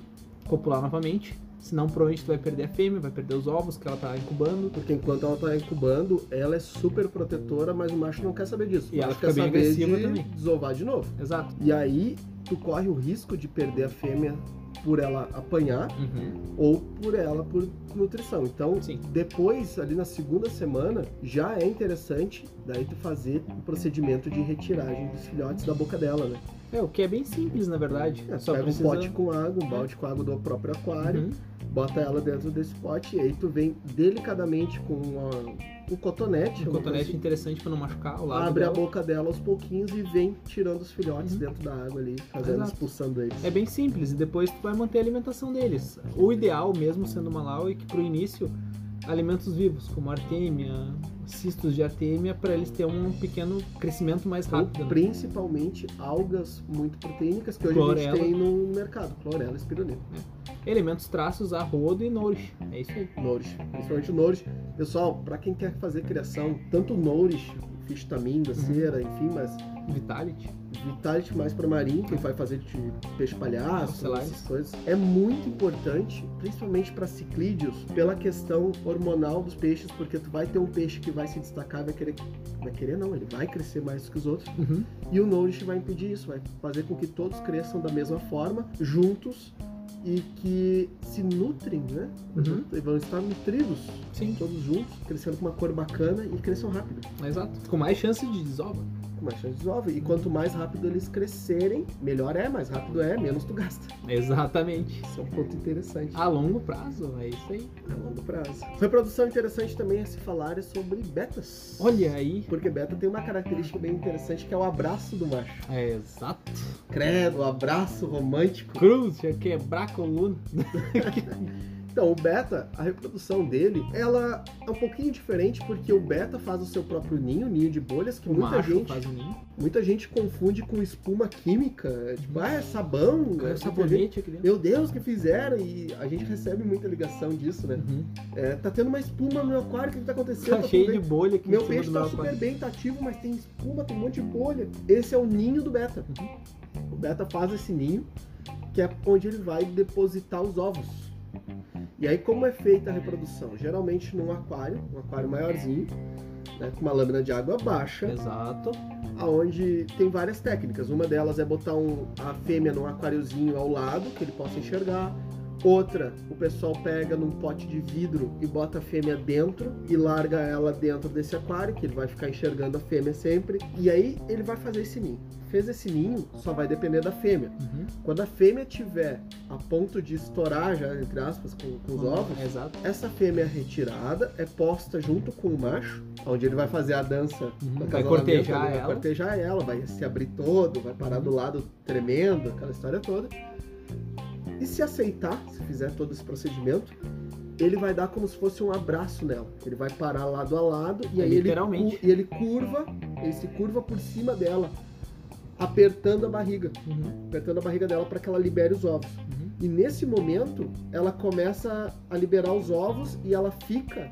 Speaker 1: copular novamente. Senão provavelmente tu vai perder a fêmea, vai perder os ovos que ela tá incubando.
Speaker 2: Porque enquanto ela tá incubando, ela é super protetora, mas o macho não quer saber disso.
Speaker 1: E
Speaker 2: O
Speaker 1: ela
Speaker 2: macho
Speaker 1: fica
Speaker 2: quer
Speaker 1: bem
Speaker 2: saber
Speaker 1: agressiva
Speaker 2: de
Speaker 1: também.
Speaker 2: desovar de novo.
Speaker 1: Exato.
Speaker 2: E aí, tu corre o risco de perder a fêmea por ela apanhar
Speaker 1: Uhum.
Speaker 2: ou por ela por nutrição. Então,
Speaker 1: Sim.
Speaker 2: depois, ali na segunda semana, já é interessante daí tu fazer o procedimento de retiragem dos filhotes da boca dela, né?
Speaker 1: É, o que é bem simples, na verdade.
Speaker 2: É, tu
Speaker 1: Só
Speaker 2: pega
Speaker 1: precisa...
Speaker 2: um pote com água, um balde com água do próprio aquário,
Speaker 1: Uhum.
Speaker 2: bota ela dentro desse pote e aí tu vem delicadamente com uma- um cotonete,
Speaker 1: Um
Speaker 2: uma
Speaker 1: cotonete
Speaker 2: coisa
Speaker 1: interessante pra não machucar o
Speaker 2: assim,
Speaker 1: lado
Speaker 2: abre a
Speaker 1: dela.
Speaker 2: boca dela aos pouquinhos e vem tirando os filhotes
Speaker 1: Uhum.
Speaker 2: dentro da água ali, fazendo,
Speaker 1: Exato.
Speaker 2: expulsando eles.
Speaker 1: É bem simples e depois tu vai manter a alimentação deles. O ideal, mesmo sendo Malau, é que pro início alimentos vivos, como artêmia, cistos de artêmia, pra eles terem um pequeno crescimento mais
Speaker 2: Ou
Speaker 1: rápido. né?
Speaker 2: principalmente algas muito proteínicas que hoje a
Speaker 1: Clorela.
Speaker 2: gente tem no mercado. Clorela, espirulina,
Speaker 1: Elementos traços, arrodo e nourish. É isso aí.
Speaker 2: nourish. Principalmente o nourish. Pessoal, para quem quer fazer criação, tanto o nourish, fistaminga, cera, enfim, mas
Speaker 1: Vitality.
Speaker 2: vitality mais para marinho, quem vai fazer de peixe palhaço,
Speaker 1: Ocelares.
Speaker 2: essas coisas, é muito importante, principalmente para ciclídeos, pela questão hormonal dos peixes, porque tu vai ter um peixe que vai se destacar, vai querer, vai querer não, ele vai crescer mais que os outros.
Speaker 1: Uhum.
Speaker 2: E o Nourish vai impedir isso, vai fazer com que todos cresçam da mesma forma, juntos, e que se nutrem, né?
Speaker 1: Uhum.
Speaker 2: E vão estar nutridos,
Speaker 1: Sim,
Speaker 2: todos juntos, crescendo com uma cor bacana e cresçam rápido,
Speaker 1: É exato. Com mais chance de desova. *laughs*
Speaker 2: com mais chance de desova. E quanto mais rápido eles crescerem, melhor é, mais rápido é, menos tu gasta.
Speaker 1: Exatamente.
Speaker 2: Isso é um ponto interessante
Speaker 1: A longo prazo, é isso aí.
Speaker 2: a longo prazo. Uma produção interessante também a se falar é sobre betas.
Speaker 1: Olha aí.
Speaker 2: Porque beta tem uma característica bem interessante que é o abraço do macho.
Speaker 1: É, exato.
Speaker 2: Credo, abraço romântico.
Speaker 1: Cruz, ia quebrar a coluna.
Speaker 2: Então, o beta, a reprodução dele, ela é um pouquinho diferente porque o beta faz o seu próprio ninho, ninho de bolhas, que
Speaker 1: O
Speaker 2: muita
Speaker 1: macho
Speaker 2: gente,
Speaker 1: faz o ninho.
Speaker 2: muita gente confunde com espuma química. Tipo, ah, é sabão,
Speaker 1: Caiu
Speaker 2: é
Speaker 1: o sabonete aqui dentro.
Speaker 2: Meu Deus, que fizeram? E a gente recebe muita ligação disso, né?
Speaker 1: Uhum.
Speaker 2: É, tá tendo uma espuma no meu aquário, o que que tá acontecendo?
Speaker 1: Tá
Speaker 2: Tá
Speaker 1: cheio
Speaker 2: tudo
Speaker 1: de
Speaker 2: bem?
Speaker 1: bolha aqui
Speaker 2: Meu
Speaker 1: em cima
Speaker 2: peixe
Speaker 1: do
Speaker 2: tá
Speaker 1: meu
Speaker 2: super
Speaker 1: aquário.
Speaker 2: bem, tá ativo, mas tem espuma, tem um monte de bolha. Esse é o ninho do beta.
Speaker 1: Uhum.
Speaker 2: O beta faz esse ninho, que é onde ele vai depositar os ovos. E aí como é feita a reprodução? Geralmente num aquário, um aquário maiorzinho, né, com uma lâmina de água baixa,
Speaker 1: Exato.
Speaker 2: aonde tem várias técnicas. Uma delas é botar um- a fêmea num aquáriozinho ao lado, que ele possa enxergar. Outra, o pessoal pega num pote de vidro e bota a fêmea dentro e larga ela dentro desse aquário, que ele vai ficar enxergando a fêmea sempre. E aí ele vai fazer esse ninho. Fez esse ninho, só vai depender da fêmea.
Speaker 1: Uhum.
Speaker 2: Quando a fêmea tiver a ponto de estourar, já entre aspas, com, com os ovos,
Speaker 1: Uhum. Exato.
Speaker 2: essa fêmea é retirada, é posta junto com o macho, onde ele vai fazer a dança
Speaker 1: Uhum.
Speaker 2: do
Speaker 1: Vai
Speaker 2: acasalamento,
Speaker 1: cortejar
Speaker 2: ele
Speaker 1: ela. Uhum.
Speaker 2: Vai cortejar ela, vai se abrir todo, vai parar do lado tremendo, aquela história toda. E se aceitar, se fizer todo esse procedimento, ele vai dar como se fosse um abraço nela. Ele vai parar lado a lado e aí ele,
Speaker 1: É, Literalmente.
Speaker 2: cu- e ele curva, ele se curva por cima dela, apertando a barriga,
Speaker 1: Uhum.
Speaker 2: apertando a barriga dela para que ela libere os ovos.
Speaker 1: Uhum.
Speaker 2: E nesse momento, ela começa a liberar os ovos e ela fica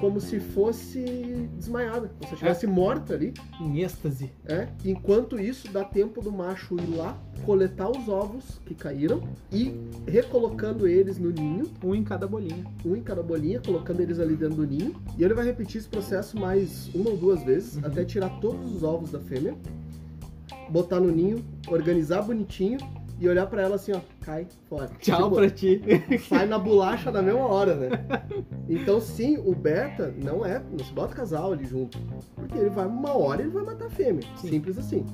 Speaker 2: como se fosse desmaiada,
Speaker 1: É.
Speaker 2: como se ela estivesse morta ali.
Speaker 1: Em Uhum. Um êxtase.
Speaker 2: É. Enquanto isso, dá tempo do macho ir lá, coletar os ovos que caíram e recolocando eles no ninho,
Speaker 1: Um em cada
Speaker 2: *laughs*
Speaker 1: bolinha.
Speaker 2: um em cada bolinha, colocando eles ali dentro do ninho. E ele vai repetir esse processo mais uma ou duas vezes,
Speaker 1: Uhum.
Speaker 2: até tirar todos os ovos da fêmea, botar no ninho, organizar bonitinho e olhar pra ela assim, ó, cai fora.
Speaker 1: Tchau
Speaker 2: Tipo,
Speaker 1: pra ti.
Speaker 2: *laughs* sai na bolacha na mesma hora, né? Então sim, o beta não é, não se bota casal ali junto, porque ele vai uma hora ele vai matar a fêmea,
Speaker 1: Sim.
Speaker 2: simples assim.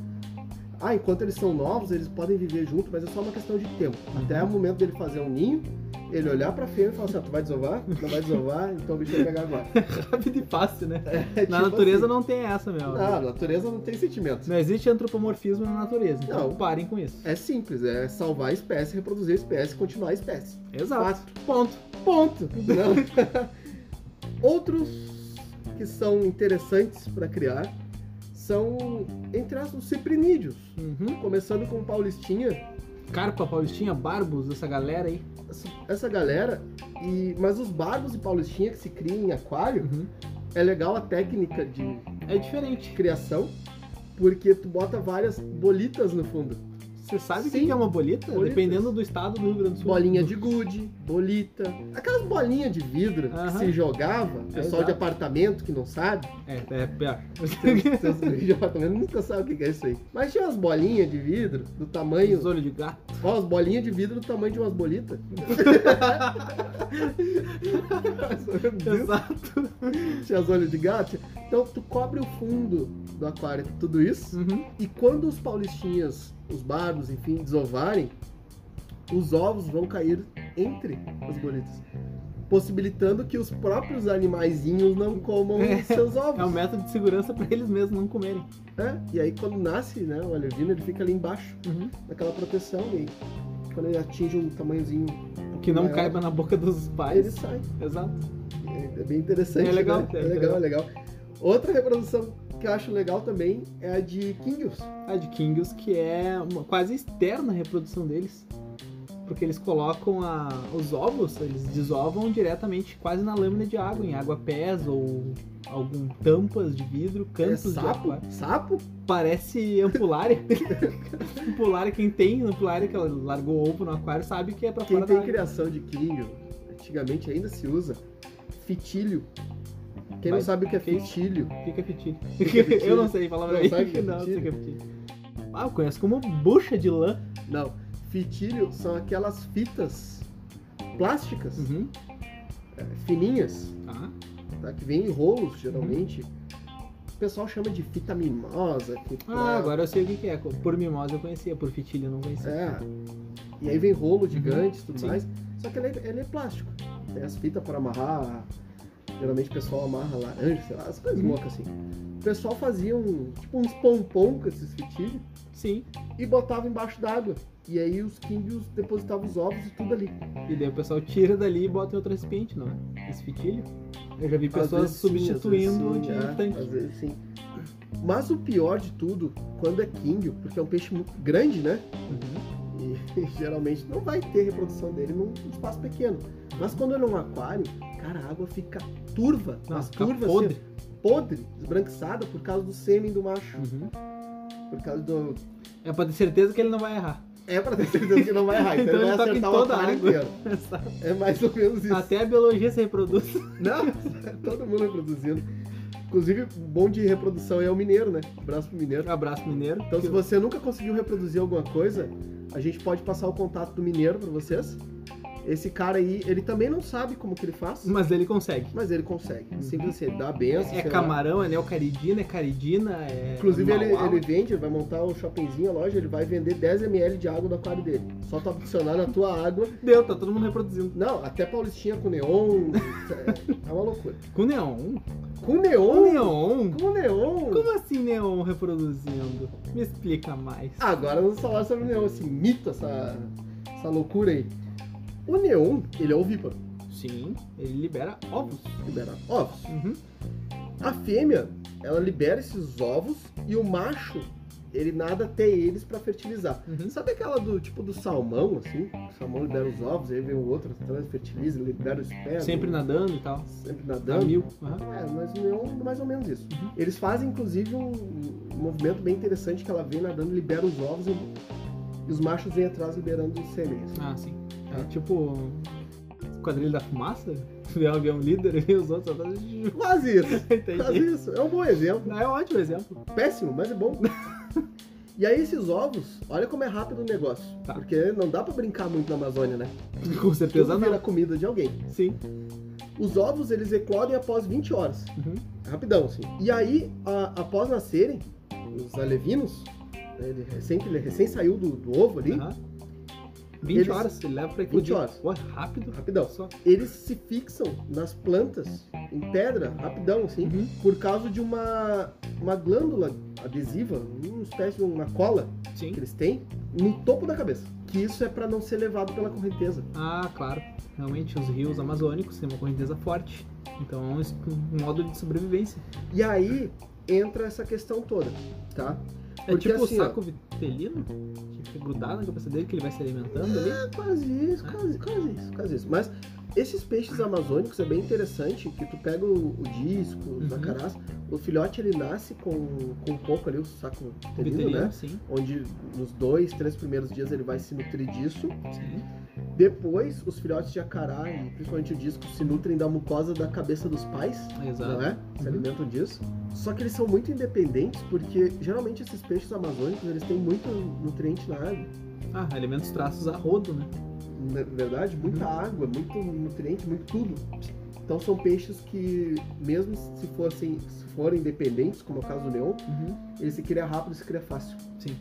Speaker 2: Ah, enquanto eles são novos, eles podem viver junto, mas é só uma questão de tempo. Até o
Speaker 1: Uhum.
Speaker 2: momento dele fazer um ninho, ele olhar pra fêmea e falar assim, ah, tu vai desovar? Não vai desovar? Então o bicho vai pegar
Speaker 1: *laughs*
Speaker 2: agora.
Speaker 1: Rápido e fácil, né?
Speaker 2: É
Speaker 1: Na
Speaker 2: tipo
Speaker 1: natureza
Speaker 2: assim.
Speaker 1: não tem essa, meu.
Speaker 2: Ah, a natureza não tem sentimento.
Speaker 1: Não existe antropomorfismo na natureza. Então
Speaker 2: Não.
Speaker 1: parem com isso.
Speaker 2: É simples, é salvar a espécie, reproduzir a espécie, continuar a espécie.
Speaker 1: Exato. Ponto.
Speaker 2: Ponto. *laughs* Outros que são interessantes para criar são, entre as os ciprinídeos.
Speaker 1: Uhum.
Speaker 2: Começando com o Paulistinha,
Speaker 1: Carpa, Paulistinha, Barbos, essa galera aí.
Speaker 2: essa, essa galera, e, mas os barbos e Paulistinha que se criam em aquário,
Speaker 1: Uhum.
Speaker 2: é legal a técnica de
Speaker 1: É diferente.
Speaker 2: criação, porque tu bota várias bolitas no fundo.
Speaker 1: Você sabe o que
Speaker 2: Sim.
Speaker 1: que é uma bolita?
Speaker 2: Bolitas.
Speaker 1: Dependendo do estado do Rio Grande do Sul.
Speaker 2: Bolinha de gude, bolita, aquelas bolinhas de vidro que
Speaker 1: Aham. É
Speaker 2: se jogava, pessoal
Speaker 1: exato.
Speaker 2: de apartamento que não sabe,
Speaker 1: É, é pior.
Speaker 2: seus guris de apartamento nunca sabem o que que é isso aí. Mas tinha umas bolinhas de vidro do
Speaker 1: *laughs*
Speaker 2: tamanho,
Speaker 1: Os olhos de gato.
Speaker 2: ó, as bolinhas de vidro do tamanho de umas bolitas. Mais ou menos isso.
Speaker 1: Exato.
Speaker 2: tinha as olhos de gato. Então tu cobre o fundo do aquário com tudo isso.
Speaker 1: Uhum.
Speaker 2: E quando os paulistinhas, os barbos, enfim, desovarem, os ovos vão cair entre as bolitas. Possibilitando que os próprios animaizinhos não comam os seus
Speaker 1: É um
Speaker 2: ovos.
Speaker 1: método de segurança pra eles mesmos não comerem.
Speaker 2: né? E aí quando nasce, né, o alevino, ele fica ali embaixo, naquela proteção, e quando ele atinge um tamanhozinho,
Speaker 1: Que não
Speaker 2: Maior.
Speaker 1: caiba na boca dos
Speaker 2: aí ele
Speaker 1: pais.
Speaker 2: sai.
Speaker 1: Exato.
Speaker 2: É é bem interessante.
Speaker 1: É legal,
Speaker 2: né?
Speaker 1: é
Speaker 2: é legal, é legal. Outra reprodução que eu acho legal também é a de Kingus.
Speaker 1: A de Kingus, que é uma quase externa a reprodução deles. Porque eles colocam a- os ovos, eles desovam diretamente quase na lâmina de água, em água pés ou algum tampas de vidro, cantos
Speaker 2: é
Speaker 1: de
Speaker 2: sapo?
Speaker 1: aquário.
Speaker 2: Sapo?
Speaker 1: Parece ampulária. *laughs* ampulária, quem tem ampulária que ela largou o ovo no aquário sabe que é pra
Speaker 2: Quem
Speaker 1: fora
Speaker 2: tem
Speaker 1: da água.
Speaker 2: criação de quinho, antigamente ainda se usa fitilho. Quem não
Speaker 1: Mas
Speaker 2: sabe o que é
Speaker 1: que isso?
Speaker 2: fitilho?
Speaker 1: Fica petilho.
Speaker 2: Fica
Speaker 1: *laughs*
Speaker 2: petilho.
Speaker 1: Eu não sei falar pra
Speaker 2: Não
Speaker 1: mim.
Speaker 2: sabe o que
Speaker 1: *laughs*
Speaker 2: é
Speaker 1: Não, sei
Speaker 2: petilho?
Speaker 1: o que é petilho. Ah, eu conheço como bucha de lã.
Speaker 2: Não, fitilho são aquelas fitas plásticas
Speaker 1: Uhum.
Speaker 2: eh, fininhas,
Speaker 1: Tá.
Speaker 2: tá? que vêm em rolos geralmente. O pessoal chama de fita mimosa. Fita...
Speaker 1: Ah, agora eu sei o que que é. Por mimosa eu conhecia, por fitilha eu não conhecia.
Speaker 2: É. E aí vem rolo gigante e tudo
Speaker 1: Uhum. Sim.
Speaker 2: mais. Só que ele é, ele é plástico. Tem as fitas para amarrar. Geralmente o pessoal amarra laranja, sei lá, as coisas
Speaker 1: Uhum.
Speaker 2: loucas assim. O pessoal fazia um, tipo uns pompom com esses fitilhos
Speaker 1: Sim.
Speaker 2: e botava embaixo d'água. E aí os químbios depositavam os ovos e tudo ali.
Speaker 1: E daí o pessoal tira dali e bota em outro recipiente, não é? Esse fitilho. Eu já vi
Speaker 2: Às
Speaker 1: pessoas
Speaker 2: vezes sim,
Speaker 1: substituindo de
Speaker 2: às vezes sim, é, Às
Speaker 1: tanque.
Speaker 2: vezes sim. Mas o pior de tudo, quando é químbio, porque é um peixe muito grande, né?
Speaker 1: Uhum.
Speaker 2: E *laughs* geralmente não vai ter reprodução dele num espaço pequeno. Mas quando ele é um aquário, cara, a água fica turva.
Speaker 1: Não,
Speaker 2: mas
Speaker 1: fica
Speaker 2: turva,
Speaker 1: podre.
Speaker 2: Assim, podre, esbranquiçada por causa do sêmen do macho.
Speaker 1: Uhum.
Speaker 2: Por causa do.
Speaker 1: É pra ter certeza que ele não vai errar. *laughs*
Speaker 2: É pra ter certeza que não vai errar. Então,
Speaker 1: Então
Speaker 2: ele
Speaker 1: ele
Speaker 2: vai
Speaker 1: toca em
Speaker 2: acertar o
Speaker 1: toda a
Speaker 2: aquário
Speaker 1: água.
Speaker 2: inteiro. É mais ou menos isso. *laughs*
Speaker 1: Até a biologia se reproduz.
Speaker 2: Não, todo mundo reproduzindo. Inclusive, o bom de reprodução é o mineiro, né? Abraço pro mineiro.
Speaker 1: Um Abraço mineiro.
Speaker 2: Então, se
Speaker 1: Que-
Speaker 2: você nunca conseguiu reproduzir alguma coisa, a gente pode passar o contato do mineiro pra vocês. Esse cara aí, ele também não sabe como que ele faz,
Speaker 1: Mas ele consegue.
Speaker 2: mas ele consegue.
Speaker 1: Uhum.
Speaker 2: Simples assim, ele dá a benção.
Speaker 1: É
Speaker 2: sei lá.
Speaker 1: camarão, é neocaridina, é caridina, é.
Speaker 2: Inclusive, ele,
Speaker 1: mauá.
Speaker 2: ele vende, ele vai montar o shoppingzinho, a loja, ele vai vender 10ml de água do aquário dele. Só tu adicionar na tua água.
Speaker 1: Deu, tá todo mundo reproduzindo.
Speaker 2: Não, até Paulistinha com neon. é- É uma loucura.
Speaker 1: Com neon?
Speaker 2: Com
Speaker 1: Com
Speaker 2: neon?
Speaker 1: neon?
Speaker 2: Com neon?
Speaker 1: Como assim neon reproduzindo? Me explica mais.
Speaker 2: Agora vamos falar sobre o neon, esse mito, essa, essa loucura aí. O neon, ele é ovíparo.
Speaker 1: Sim, ele libera ovos.
Speaker 2: libera ovos.
Speaker 1: Uhum.
Speaker 2: A fêmea, ela libera esses ovos e o macho, ele nada até eles para fertilizar.
Speaker 1: Uhum.
Speaker 2: Sabe aquela do tipo do salmão, assim? O salmão libera os ovos, aí vem o outro, atrás, fertiliza, libera os pés.
Speaker 1: Sempre nadando e tal.
Speaker 2: Sempre
Speaker 1: Dá
Speaker 2: nadando.
Speaker 1: mil. Aham.
Speaker 2: É, mas o neon, mais ou menos isso.
Speaker 1: Uhum.
Speaker 2: Eles fazem, inclusive, um, um movimento bem interessante que ela vem nadando, libera os ovos e, e os machos vêm atrás liberando os sêmenes.
Speaker 1: Ah, sim. É tipo. Quadrilha da fumaça? *laughs* Vê um avião líder *laughs* e vê os outros atrás. *laughs*
Speaker 2: Quase isso, quase
Speaker 1: Entendi.
Speaker 2: isso. É um bom exemplo.
Speaker 1: É um ótimo exemplo. *laughs*
Speaker 2: Péssimo, mas é bom. *laughs* E aí esses ovos, olha como é rápido o negócio.
Speaker 1: Tá.
Speaker 2: Porque não dá pra brincar muito na Amazônia, né?
Speaker 1: Com certeza
Speaker 2: Tudo vira
Speaker 1: não.
Speaker 2: comida de alguém.
Speaker 1: Sim.
Speaker 2: Os ovos, eles eclodem após 20 horas.
Speaker 1: Uhum.
Speaker 2: Rapidão, assim. E aí, a- após nascerem, os alevinos, né, ele recém, ele recém saiu do, do ovo ali,
Speaker 1: Aham. 20
Speaker 2: Eles-
Speaker 1: horas, ele leva pra
Speaker 2: 20
Speaker 1: eclodir.
Speaker 2: horas.
Speaker 1: Ué, rápido.
Speaker 2: rapidão.
Speaker 1: Só.
Speaker 2: Eles se fixam nas plantas, em pedra, rapidão, assim,
Speaker 1: Uhum.
Speaker 2: por causa de uma, uma glândula adesiva, uma espécie de uma cola,
Speaker 1: Sim.
Speaker 2: que eles têm no topo da cabeça. Que isso é pra não ser levado pela correnteza.
Speaker 1: Ah, claro. Realmente, os rios amazônicos têm uma correnteza forte. Então é um es- um modo de sobrevivência.
Speaker 2: E aí entra essa questão toda, tá?
Speaker 1: É
Speaker 2: Porque
Speaker 1: tipo
Speaker 2: assim,
Speaker 1: o
Speaker 2: ó.
Speaker 1: saco vitelino que fica grudado na cabeça dele, que ele vai se alimentando ali.
Speaker 2: É quase isso, quase, quase isso, quase isso. Mas esses peixes amazônicos é bem interessante, que tu pega o, o disco,
Speaker 1: Uhum.
Speaker 2: os acarás, o filhote ele nasce com, com um pouco ali, o saco uterino,
Speaker 1: Vitelino,
Speaker 2: né?
Speaker 1: sim,
Speaker 2: Onde nos dois, três primeiros dias ele vai se nutrir disso.
Speaker 1: sim.
Speaker 2: Depois, os filhotes de acará e principalmente o disco se nutrem da mucosa da cabeça dos pais, não
Speaker 1: Exato.
Speaker 2: é? Se
Speaker 1: Uhum.
Speaker 2: alimentam disso. Só que eles são muito independentes, porque geralmente esses peixes amazônicos eles têm muito nutriente na água.
Speaker 1: Ah, alimenta os traços a rodo, né?
Speaker 2: na verdade, muita
Speaker 1: Uhum.
Speaker 2: água, muito nutriente, muito tudo. Então são peixes que, mesmo se fossem, se forem dependentes, como é o caso do neon, ele se cria rápido, se cria fácil.
Speaker 1: Sim.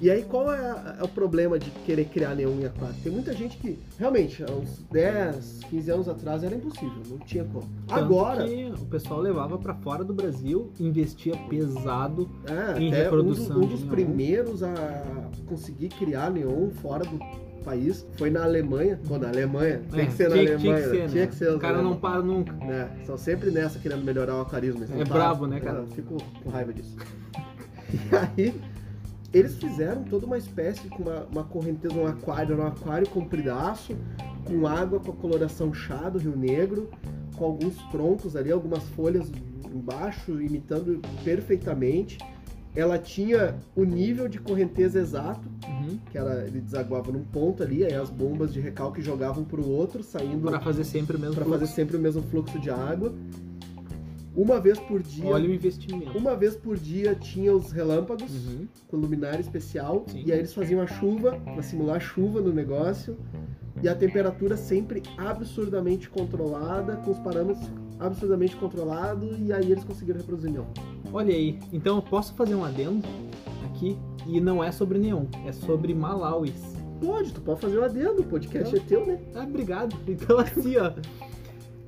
Speaker 2: E aí qual é, a- é o problema de querer criar neon em aquário? Tem muita gente que, realmente, há uns 10, 15 anos atrás era impossível, não tinha como.
Speaker 1: Tanto
Speaker 2: Agora,
Speaker 1: que o pessoal levava pra fora do Brasil, investia pesado.
Speaker 2: é,
Speaker 1: em
Speaker 2: até um, dos-
Speaker 1: reprodução
Speaker 2: um
Speaker 1: de
Speaker 2: dos
Speaker 1: neon.
Speaker 2: primeiros a conseguir criar neon fora do país foi na Alemanha. Pô, na Alemanha, tem
Speaker 1: É,
Speaker 2: que ser na
Speaker 1: tinha,
Speaker 2: Alemanha,
Speaker 1: tinha que ser, né?
Speaker 2: tinha que ser
Speaker 1: o
Speaker 2: os
Speaker 1: cara
Speaker 2: alemães.
Speaker 1: não para nunca.
Speaker 2: né? São sempre nessa querendo melhorar o aquarismo. eles
Speaker 1: É
Speaker 2: não
Speaker 1: brabo, né, cara?
Speaker 2: Eu fico com raiva disso. *laughs* E aí, eles fizeram toda uma espécie com uma, uma correnteza, um aquário, era um aquário compridaço, com água com a coloração chá do Rio Negro, com alguns troncos ali, algumas folhas embaixo, imitando perfeitamente. Ela tinha o nível de correnteza exato,
Speaker 1: Uhum.
Speaker 2: que era, ele desaguava num ponto ali, aí as bombas de recalque jogavam pro outro, saindo
Speaker 1: Pra fazer sempre o mesmo
Speaker 2: para
Speaker 1: fluxo.
Speaker 2: fazer sempre o mesmo fluxo de água. Uma vez por dia,
Speaker 1: Olha o investimento.
Speaker 2: uma vez por dia tinha os relâmpagos
Speaker 1: Uhum.
Speaker 2: com luminária especial
Speaker 1: Sim.
Speaker 2: e aí eles faziam a chuva para simular a chuva no negócio e a temperatura sempre absurdamente controlada com os parâmetros absurdamente controlados e aí eles conseguiram reproduzir neon.
Speaker 1: Olha aí, então eu posso fazer um adendo aqui e não é sobre neon, é sobre Malauis.
Speaker 2: Pode, tu pode fazer o adendo, o podcast
Speaker 1: Não.
Speaker 2: é teu, né?
Speaker 1: Ah, obrigado. *laughs* Então assim, ó,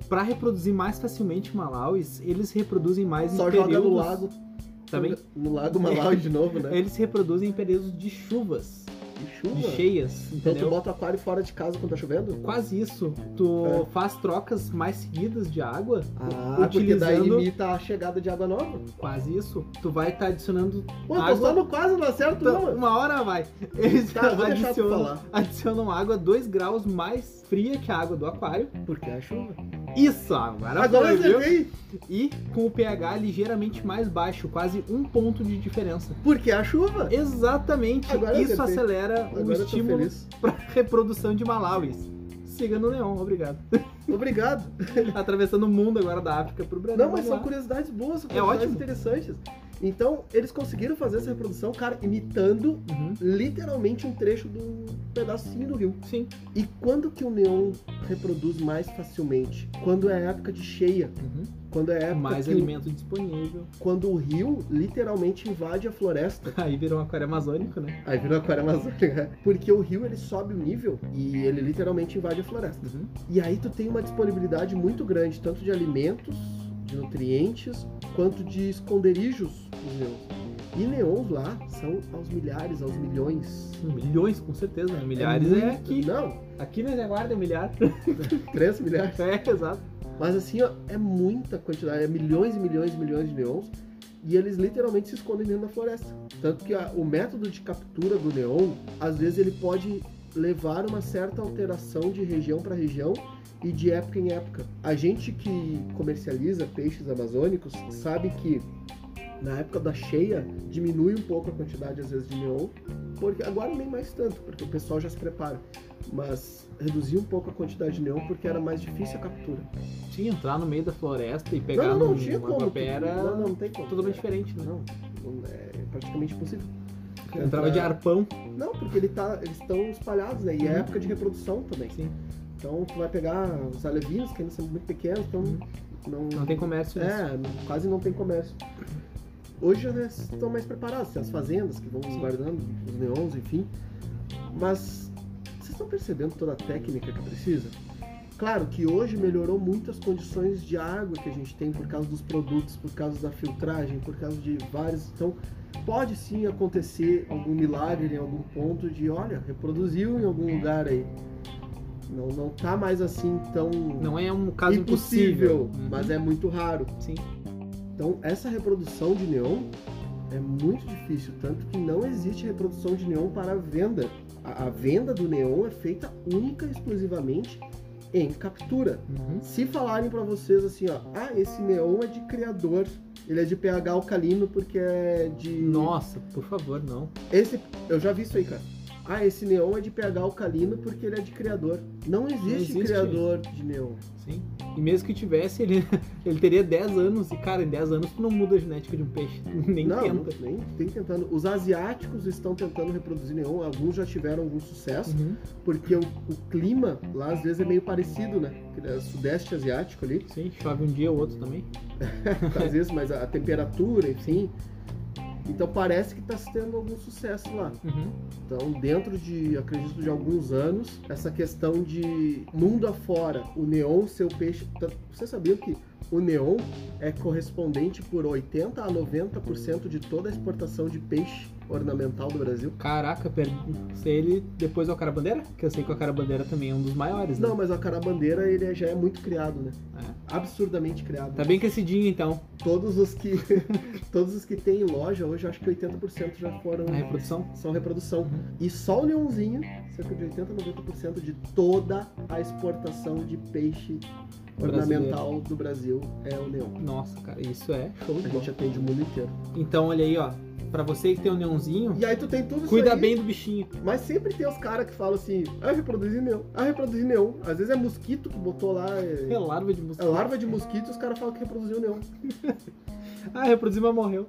Speaker 1: para reproduzir mais facilmente Malauis, eles reproduzem mais
Speaker 2: Só
Speaker 1: em
Speaker 2: joga
Speaker 1: períodos
Speaker 2: no lago, né?
Speaker 1: também.
Speaker 2: no lago Malawi de
Speaker 1: *laughs*
Speaker 2: novo, né?
Speaker 1: Eles se reproduzem em períodos de chuvas,
Speaker 2: E chuva.
Speaker 1: de cheias,
Speaker 2: Então tu
Speaker 1: entendeu?
Speaker 2: bota o aquário fora de casa quando tá chovendo?
Speaker 1: Quase isso. Tu
Speaker 2: É.
Speaker 1: faz trocas mais seguidas de água,
Speaker 2: Ah, porque daí
Speaker 1: utilizando
Speaker 2: limita a chegada de água nova.
Speaker 1: quase isso. Tu vai estar adicionando
Speaker 2: Pô, eu tô
Speaker 1: Água-
Speaker 2: só no quase, não acerto
Speaker 1: Então,
Speaker 2: não.
Speaker 1: uma hora vai. *laughs* Eles
Speaker 2: Tá, eu vou deixar tu
Speaker 1: adicionam,
Speaker 2: falar.
Speaker 1: adicionam água 2 graus mais fria que a água do aquário.
Speaker 2: Porque é chuva.
Speaker 1: Isso, agora,
Speaker 2: Agora
Speaker 1: foi,
Speaker 2: eu
Speaker 1: viu?
Speaker 2: acertei.
Speaker 1: E com o pH ligeiramente mais baixo, quase um ponto de diferença.
Speaker 2: Porque é a chuva.
Speaker 1: Exatamente,
Speaker 2: Agora eu
Speaker 1: isso
Speaker 2: acertei.
Speaker 1: acelera o
Speaker 2: Agora eu tô
Speaker 1: Um estímulo
Speaker 2: feliz.
Speaker 1: para reprodução de Malauis. Siga no Neon,
Speaker 2: *laughs*
Speaker 1: obrigado.
Speaker 2: Obrigado.
Speaker 1: Atravessando o mundo agora da África pro Brasil.
Speaker 2: Não, mas são
Speaker 1: Então, vamos lá.
Speaker 2: curiosidades boas, são
Speaker 1: É
Speaker 2: curiosidades
Speaker 1: ótimo.
Speaker 2: interessantes. Então, eles conseguiram fazer essa reprodução, cara, imitando
Speaker 1: Uhum,
Speaker 2: literalmente um trecho do pedacinho do rio.
Speaker 1: Sim.
Speaker 2: E quando que o neon reproduz mais facilmente? Quando é época de cheia.
Speaker 1: uhum.
Speaker 2: Quando é época
Speaker 1: Mais
Speaker 2: que o-
Speaker 1: alimento disponível. *laughs*
Speaker 2: quando o rio literalmente invade a floresta.
Speaker 1: Aí virou um aquário amazônico, né?
Speaker 2: Aí virou aquário amazônico, né? Porque o rio ele sobe o nível e ele literalmente invade a floresta.
Speaker 1: Uhum.
Speaker 2: E aí tu tem uma disponibilidade muito grande, tanto de alimentos, de nutrientes, quanto de esconderijos dos neons. E neons lá são aos milhares, aos milhões.
Speaker 1: Uhum. Milhões, com certeza, né? Milhares
Speaker 2: muito-
Speaker 1: é aqui.
Speaker 2: Não,
Speaker 1: Aqui na guarda é um milhar. *laughs*
Speaker 2: 3 milhares.
Speaker 1: É, exato.
Speaker 2: Mas assim, ó, é muita quantidade, é milhões e milhões e milhões de neons. E eles literalmente se escondem dentro da floresta. Tanto que a- o método de captura do neon, às vezes ele pode levar uma certa alteração de região para região e de época em época. A gente que comercializa peixes amazônicos sabe que na época da cheia diminui um pouco a quantidade às vezes de neon, porque agora nem mais tanto, porque o pessoal já se prepara, mas reduziu um pouco a quantidade de neon porque era mais difícil a captura.
Speaker 1: Tinha entrar no meio da floresta e pegar
Speaker 2: Não, não, não
Speaker 1: num-
Speaker 2: tinha
Speaker 1: uma
Speaker 2: como. tipo,
Speaker 1: guapera
Speaker 2: Não, não, não tem como.
Speaker 1: totalmente diferente, né?
Speaker 2: Não, não, é praticamente impossível.
Speaker 1: Entrava de arpão.
Speaker 2: Não, porque ele tá, eles estão espalhados, né? E é
Speaker 1: Uhum.
Speaker 2: época de reprodução também.
Speaker 1: Sim.
Speaker 2: Então tu vai pegar os alevinos, que ainda são muito pequenos, então
Speaker 1: Uhum.
Speaker 2: não,
Speaker 1: Não tem comércio nisso.
Speaker 2: É, não- quase não tem comércio. Hoje já estão mais preparados, tem as fazendas que vão
Speaker 1: Sim.
Speaker 2: guardando os neons, enfim. Mas vocês estão percebendo toda a técnica que precisa? Claro que hoje melhorou muito as condições de água que a gente tem por causa dos produtos, por causa da filtragem, por causa de vários. Então, pode sim acontecer algum milagre em algum ponto de, olha, reproduziu em algum lugar aí. Não, não tá mais assim tão
Speaker 1: Não é um caso
Speaker 2: impossível,
Speaker 1: impossível. Uhum.
Speaker 2: mas é muito raro.
Speaker 1: Sim.
Speaker 2: Então, essa reprodução de neon É muito difícil, tanto que não existe reprodução de neon para venda. A, a venda do neon é feita única e exclusivamente em captura.
Speaker 1: Uhum.
Speaker 2: Se falarem para vocês assim, ó, ah, esse neon é de criador, ele é de pH alcalino porque é de
Speaker 1: Nossa, por favor, não.
Speaker 2: esse, eu já vi isso aí, cara. Ah, esse neon é de pH alcalino porque ele é de criador. Não existe,
Speaker 1: existe.
Speaker 2: criador de neon.
Speaker 1: Sim. E mesmo que tivesse, ele, *laughs* ele teria 10 anos. E, cara, em 10 anos tu não muda a genética de um peixe. *laughs* tu Nem
Speaker 2: não,
Speaker 1: tenta.
Speaker 2: nem tem tentando. Os asiáticos estão tentando reproduzir neon, alguns já tiveram algum sucesso,
Speaker 1: Uhum,
Speaker 2: porque o, o clima lá às vezes é meio parecido, né? É Sudeste
Speaker 1: *laughs*
Speaker 2: asiático ali,
Speaker 1: Sim, chove um dia ou outro também.
Speaker 2: às vezes, mas a, a temperatura, enfim. Então parece que está se tendo algum sucesso lá.
Speaker 1: Uhum.
Speaker 2: Então, dentro de, acredito, de alguns anos, essa questão de mundo afora, o neon ser o peixe. tanto- Você sabia que o neon é correspondente por 80 a 90% de toda a exportação de peixe ornamental do Brasil?
Speaker 1: Caraca, perdi. Se ele depois é o Carabandeira? Que eu sei que o Carabandeira também é um dos maiores, né?
Speaker 2: Não, mas o carabandeira ele é- já é muito criado, né? Absurdamente criado.
Speaker 1: É. Tá bem crescidinho então,
Speaker 2: Todos os que *laughs* todos os que tem em loja hoje, acho que 80% já foram
Speaker 1: a reprodução.
Speaker 2: são reprodução.
Speaker 1: Uhum.
Speaker 2: E só o neonzinho, cerca de 80 a 90% de toda a exportação de peixe ornamental do Brasil é o neon.
Speaker 1: Nossa, cara, isso é show de
Speaker 2: A
Speaker 1: bola.
Speaker 2: gente atende o mundo inteiro.
Speaker 1: Então olha aí, ó. Pra você que tem um neonzinho,
Speaker 2: E aí tu tem tudo
Speaker 1: cuida
Speaker 2: isso aí,
Speaker 1: bem do bichinho.
Speaker 2: mas sempre tem os caras que falam assim, ah, reproduzir neon, ah, reproduzir neon. Às vezes é mosquito que botou lá,
Speaker 1: É
Speaker 2: é,
Speaker 1: larva de
Speaker 2: é
Speaker 1: mosquito.
Speaker 2: larva de mosquito e os caras falam que reproduziu *laughs* neon.
Speaker 1: Ah, reproduziu, mas morreu.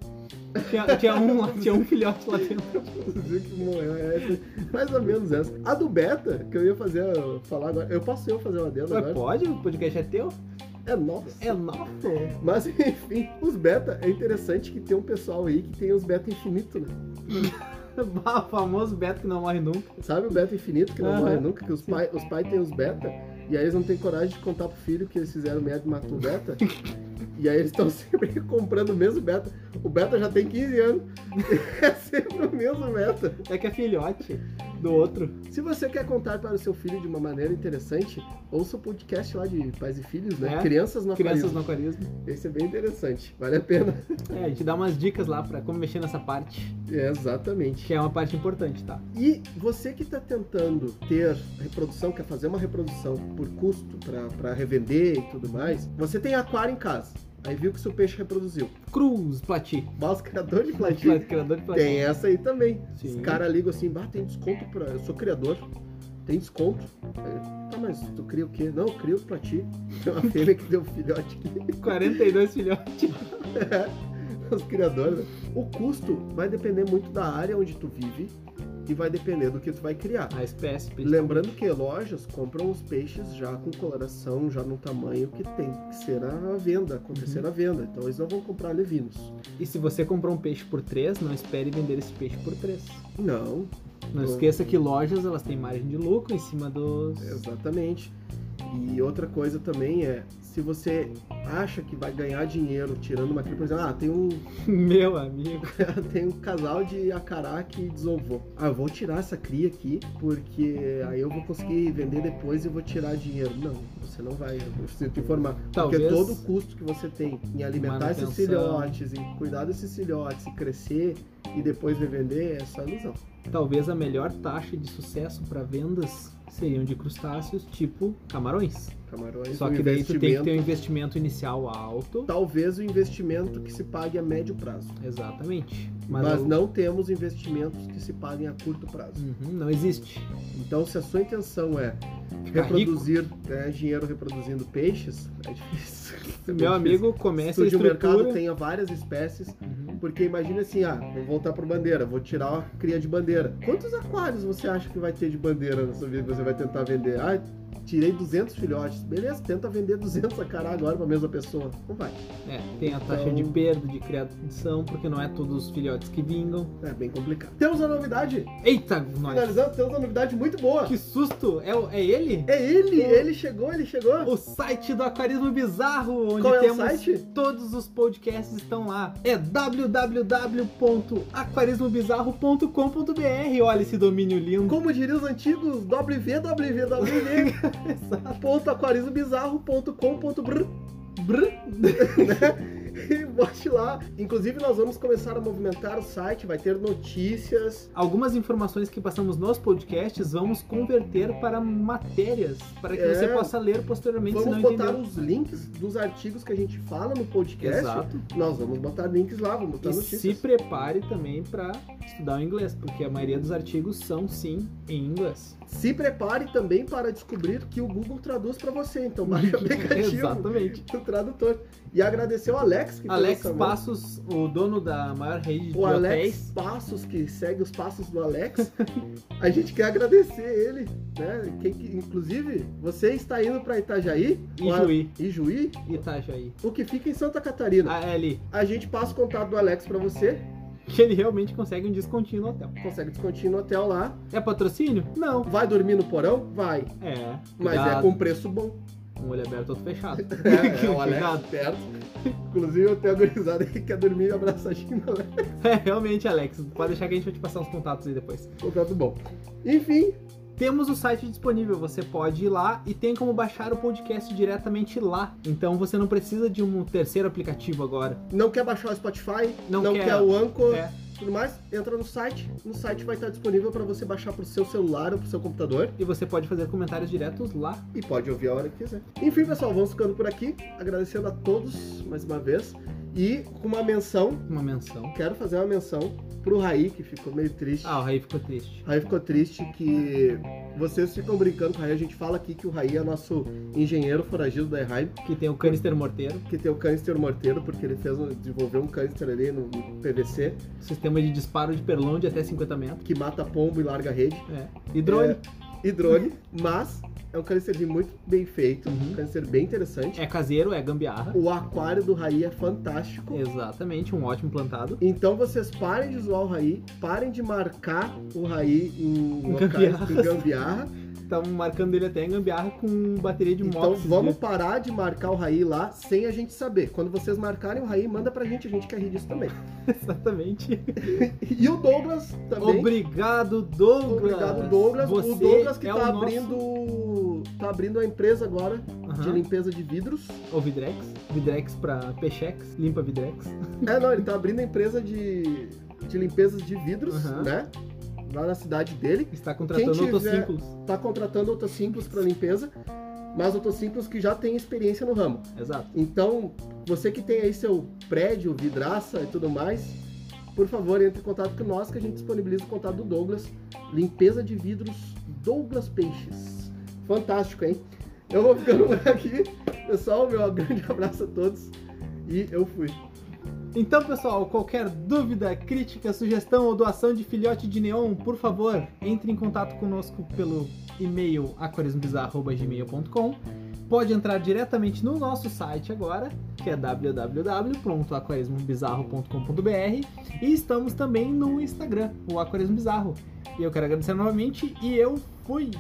Speaker 1: Tinha, tinha um, lá- tinha um filhote lá dentro.
Speaker 2: Dizer que morreu, é essa, mais ou menos essa. A do Beta, que eu ia fazer, eu falar agora, eu posso eu fazer uma dela
Speaker 1: Mas
Speaker 2: agora?
Speaker 1: pode? O podcast é teu?
Speaker 2: É nossa.
Speaker 1: É nosso.
Speaker 2: Mas *laughs* enfim, os beta, é interessante que tem um pessoal aí que tem os beta infinito, né?
Speaker 1: *laughs* Bah, o famoso Beto que não morre nunca.
Speaker 2: Sabe o beta infinito que não
Speaker 1: Aham.
Speaker 2: morre nunca, que os pais os pai têm os beta, e aí eles não têm coragem de contar pro filho que eles fizeram merda e matou
Speaker 1: *laughs*
Speaker 2: o beta. E aí eles estão *laughs* sempre comprando o mesmo beta. O beta já tem 15 anos. *laughs* É sempre o mesmo beta.
Speaker 1: É que é filhote do outro.
Speaker 2: Se você quer contar para o seu filho de uma maneira interessante, ouça o podcast lá de pais e filhos, né?
Speaker 1: É.
Speaker 2: Crianças no
Speaker 1: Crianças
Speaker 2: Aquarismo.
Speaker 1: no aquarismo.
Speaker 2: Esse é bem interessante. Vale a pena. *laughs*
Speaker 1: É, a gente dá umas dicas lá pra como mexer nessa parte,
Speaker 2: É, exatamente.
Speaker 1: que é uma parte importante, tá?
Speaker 2: E você que está tentando ter reprodução, quer fazer uma reprodução por custo para revender e tudo mais, você tem aquário em casa. Aí viu que seu peixe reproduziu.
Speaker 1: Cruz, Plati.
Speaker 2: Mas criador de plantio
Speaker 1: Criador de Plati.
Speaker 2: tem essa aí também.
Speaker 1: Sim.
Speaker 2: Os caras ligam assim, bah, tem desconto para, eu sou criador, tem desconto. Aí, tá, mas tu cria o quê? Não, eu crio pra ti. *laughs* Tem uma fêmea que deu um filhote aqui.
Speaker 1: 42 filhotes.
Speaker 2: os criadores. né? O custo vai depender muito da área onde tu vive e vai depender do que tu vai criar.
Speaker 1: A Ah, espécie.
Speaker 2: Lembrando que lojas compram os peixes já com coloração, já no tamanho que tem que ser a venda, acontecer a venda. Então eles não vão comprar levinos.
Speaker 1: E se você comprou um peixe por 3, não espere vender esse peixe por 3.
Speaker 2: Não,
Speaker 1: Não
Speaker 2: Bom.
Speaker 1: esqueça que lojas elas têm margem de lucro em cima dos. *laughs*
Speaker 2: exatamente. E outra coisa também é, se você acha que vai ganhar dinheiro tirando uma cria, por exemplo, ah, tem um, *laughs*
Speaker 1: Meu amigo.
Speaker 2: tem um casal de acará que desovou. Ah, eu vou tirar essa cria aqui, porque aí eu vou conseguir vender depois e eu vou tirar dinheiro. Não, você não vai, eu preciso te informar.
Speaker 1: Talvez.
Speaker 2: Porque todo o custo que você tem em alimentar esses
Speaker 1: Manutenção.
Speaker 2: é
Speaker 1: tipo
Speaker 2: um
Speaker 1: um
Speaker 2: Tá.
Speaker 1: Uhum,
Speaker 2: Então, é né, *laughs* é Uhum. assim, ah,
Speaker 1: É, É É
Speaker 2: Ah, Então- É É é
Speaker 1: *laughs*
Speaker 2: *laughs* Bote lá. Inclusive, nós vamos começar a movimentar o site, vai ter notícias.
Speaker 1: Algumas informações que passamos nos podcasts vamos converter para matérias, para que
Speaker 2: É.
Speaker 1: você possa ler posteriormente se não
Speaker 2: Vamos botar
Speaker 1: entendeu.
Speaker 2: os links dos artigos que a gente fala no podcast.
Speaker 1: Exato.
Speaker 2: Nós vamos botar links lá, vamos botar
Speaker 1: E se
Speaker 2: Tá notícias.
Speaker 1: prepare também para estudar o inglês, porque a maioria dos artigos são sim em inglês.
Speaker 2: Se prepare também para descobrir que o Google traduz para você.
Speaker 1: *laughs*
Speaker 2: Então, baixa o aplicativo
Speaker 1: Exatamente.
Speaker 2: do tradutor. E agradecer ao Alex que fez
Speaker 1: Alex
Speaker 2: essa mão.
Speaker 1: Passos, o dono da maior rede de
Speaker 2: O Alex
Speaker 1: hotéis.
Speaker 2: Passos, que segue os passos do Alex, a gente quer agradecer ele, né? Quem que- inclusive, você está indo para Itajaí, o a-
Speaker 1: Ijuí,
Speaker 2: Ijuí,
Speaker 1: Itajaí. Ah,
Speaker 2: o que fica em Santa Catarina.
Speaker 1: A L,
Speaker 2: A gente passa o contato do Alex para você,
Speaker 1: que ele realmente consegue um descontinho no hotel.
Speaker 2: consegue descontinho no hotel lá.
Speaker 1: É patrocínio? Não.
Speaker 2: Vai dormir no porão? Vai,
Speaker 1: É.
Speaker 2: mas é
Speaker 1: cuidado.
Speaker 2: com preço bom.
Speaker 1: *laughs* Um olho aberto, outro fechado.
Speaker 2: *laughs*
Speaker 1: *laughs*
Speaker 2: É, é o
Speaker 1: Cuidado.
Speaker 2: Alex perto. Inclusive, eu tenho adorizado que quer dormir e abraçadinho no Alex.
Speaker 1: É, realmente, Alex. Pode deixar que a gente vai te passar uns contatos aí depois.
Speaker 2: Contrato bom. Enfim,
Speaker 1: Temos o site disponível, você pode ir lá e tem como baixar o podcast diretamente lá. Então você não precisa de um terceiro aplicativo agora.
Speaker 2: não quer baixar o Spotify,
Speaker 1: Não
Speaker 2: não,
Speaker 1: quer.
Speaker 2: quer. o Anchor,
Speaker 1: É.
Speaker 2: tudo mais, entra no site. No site vai estar disponível para você baixar pro seu celular ou pro seu computador
Speaker 1: E você pode fazer comentários diretos lá.
Speaker 2: e pode ouvir a hora que quiser. Enfim, pessoal, vamos ficando por aqui, agradecendo a todos mais uma vez e com uma menção,
Speaker 1: Uma menção.
Speaker 2: quero fazer uma menção pro Raí que ficou meio triste.
Speaker 1: Ah, o Raí ficou triste.
Speaker 2: Raí ficou triste que vocês ficam brincando com o Raí. A gente fala aqui que o Raí é nosso engenheiro foragido da Erheim.
Speaker 1: Que tem o canister morteiro,
Speaker 2: que tem o canister morteiro, porque ele fez um- desenvolveu um canister ali no no PVC,
Speaker 1: sistema de disparo de perlão de até 50 metros.
Speaker 2: que mata pombo e larga rede.
Speaker 1: É. E drone.
Speaker 2: É, e drone, mas é um canisterzinho muito bem feito,
Speaker 1: Uhum.
Speaker 2: um canister bem interessante.
Speaker 1: É. caseiro, é gambiarra.
Speaker 2: O aquário do Raí é fantástico.
Speaker 1: Exatamente, um ótimo plantado.
Speaker 2: Então vocês parem de zoar o Raí, parem de marcar o Raí em
Speaker 1: Em
Speaker 2: locais
Speaker 1: gambiarras.
Speaker 2: de gambiarra.
Speaker 1: Estamos Então, marcando ele até em gambiarra com bateria de
Speaker 2: Então
Speaker 1: mox.
Speaker 2: vamos parar de marcar o Raí lá sem a gente saber. Quando vocês marcarem o Raí, manda pra gente, a gente quer rir disso também.
Speaker 1: né? *laughs* Exatamente.
Speaker 2: E o Douglas também.
Speaker 1: Obrigado, Douglas.
Speaker 2: Obrigado, Douglas.
Speaker 1: Você
Speaker 2: o Douglas que
Speaker 1: é o
Speaker 2: tá
Speaker 1: nosso-
Speaker 2: abrindo. Tá abrindo a empresa agora de
Speaker 1: Aham.
Speaker 2: limpeza de vidros.
Speaker 1: Ou Vidrex. Vidrex pra Peixex. Limpa Vidrex. *laughs*
Speaker 2: É, não, ele tá abrindo a empresa de, de limpezas de vidros,
Speaker 1: Aham.
Speaker 2: né? Lá na cidade dele.
Speaker 1: Está contratando
Speaker 2: Quem tiver-
Speaker 1: autocínculos.
Speaker 2: Tá contratando outros Simples pra limpeza, mas outros Simples que já tem experiência no ramo.
Speaker 1: Exato.
Speaker 2: Então, você que tem aí seu prédio, vidraça e tudo mais, por favor, entre em contato com nós que a gente disponibiliza o contato do Douglas. Limpeza de vidros, Douglas Peixes. Fantástico, hein? Eu vou ficando por aqui. Pessoal, meu grande *laughs* abraço a todos. E eu fui.
Speaker 1: Então, pessoal, qualquer dúvida, crítica, sugestão ou doação de filhote de neon, por favor, entre em contato conosco pelo e-mail aquarismobizarro.gmail.com Pode entrar diretamente no nosso site agora, que é www.aquarismobizarro.com.br e estamos também no Instagram, o Aquarismo Bizarro. E eu quero agradecer novamente e eu fui!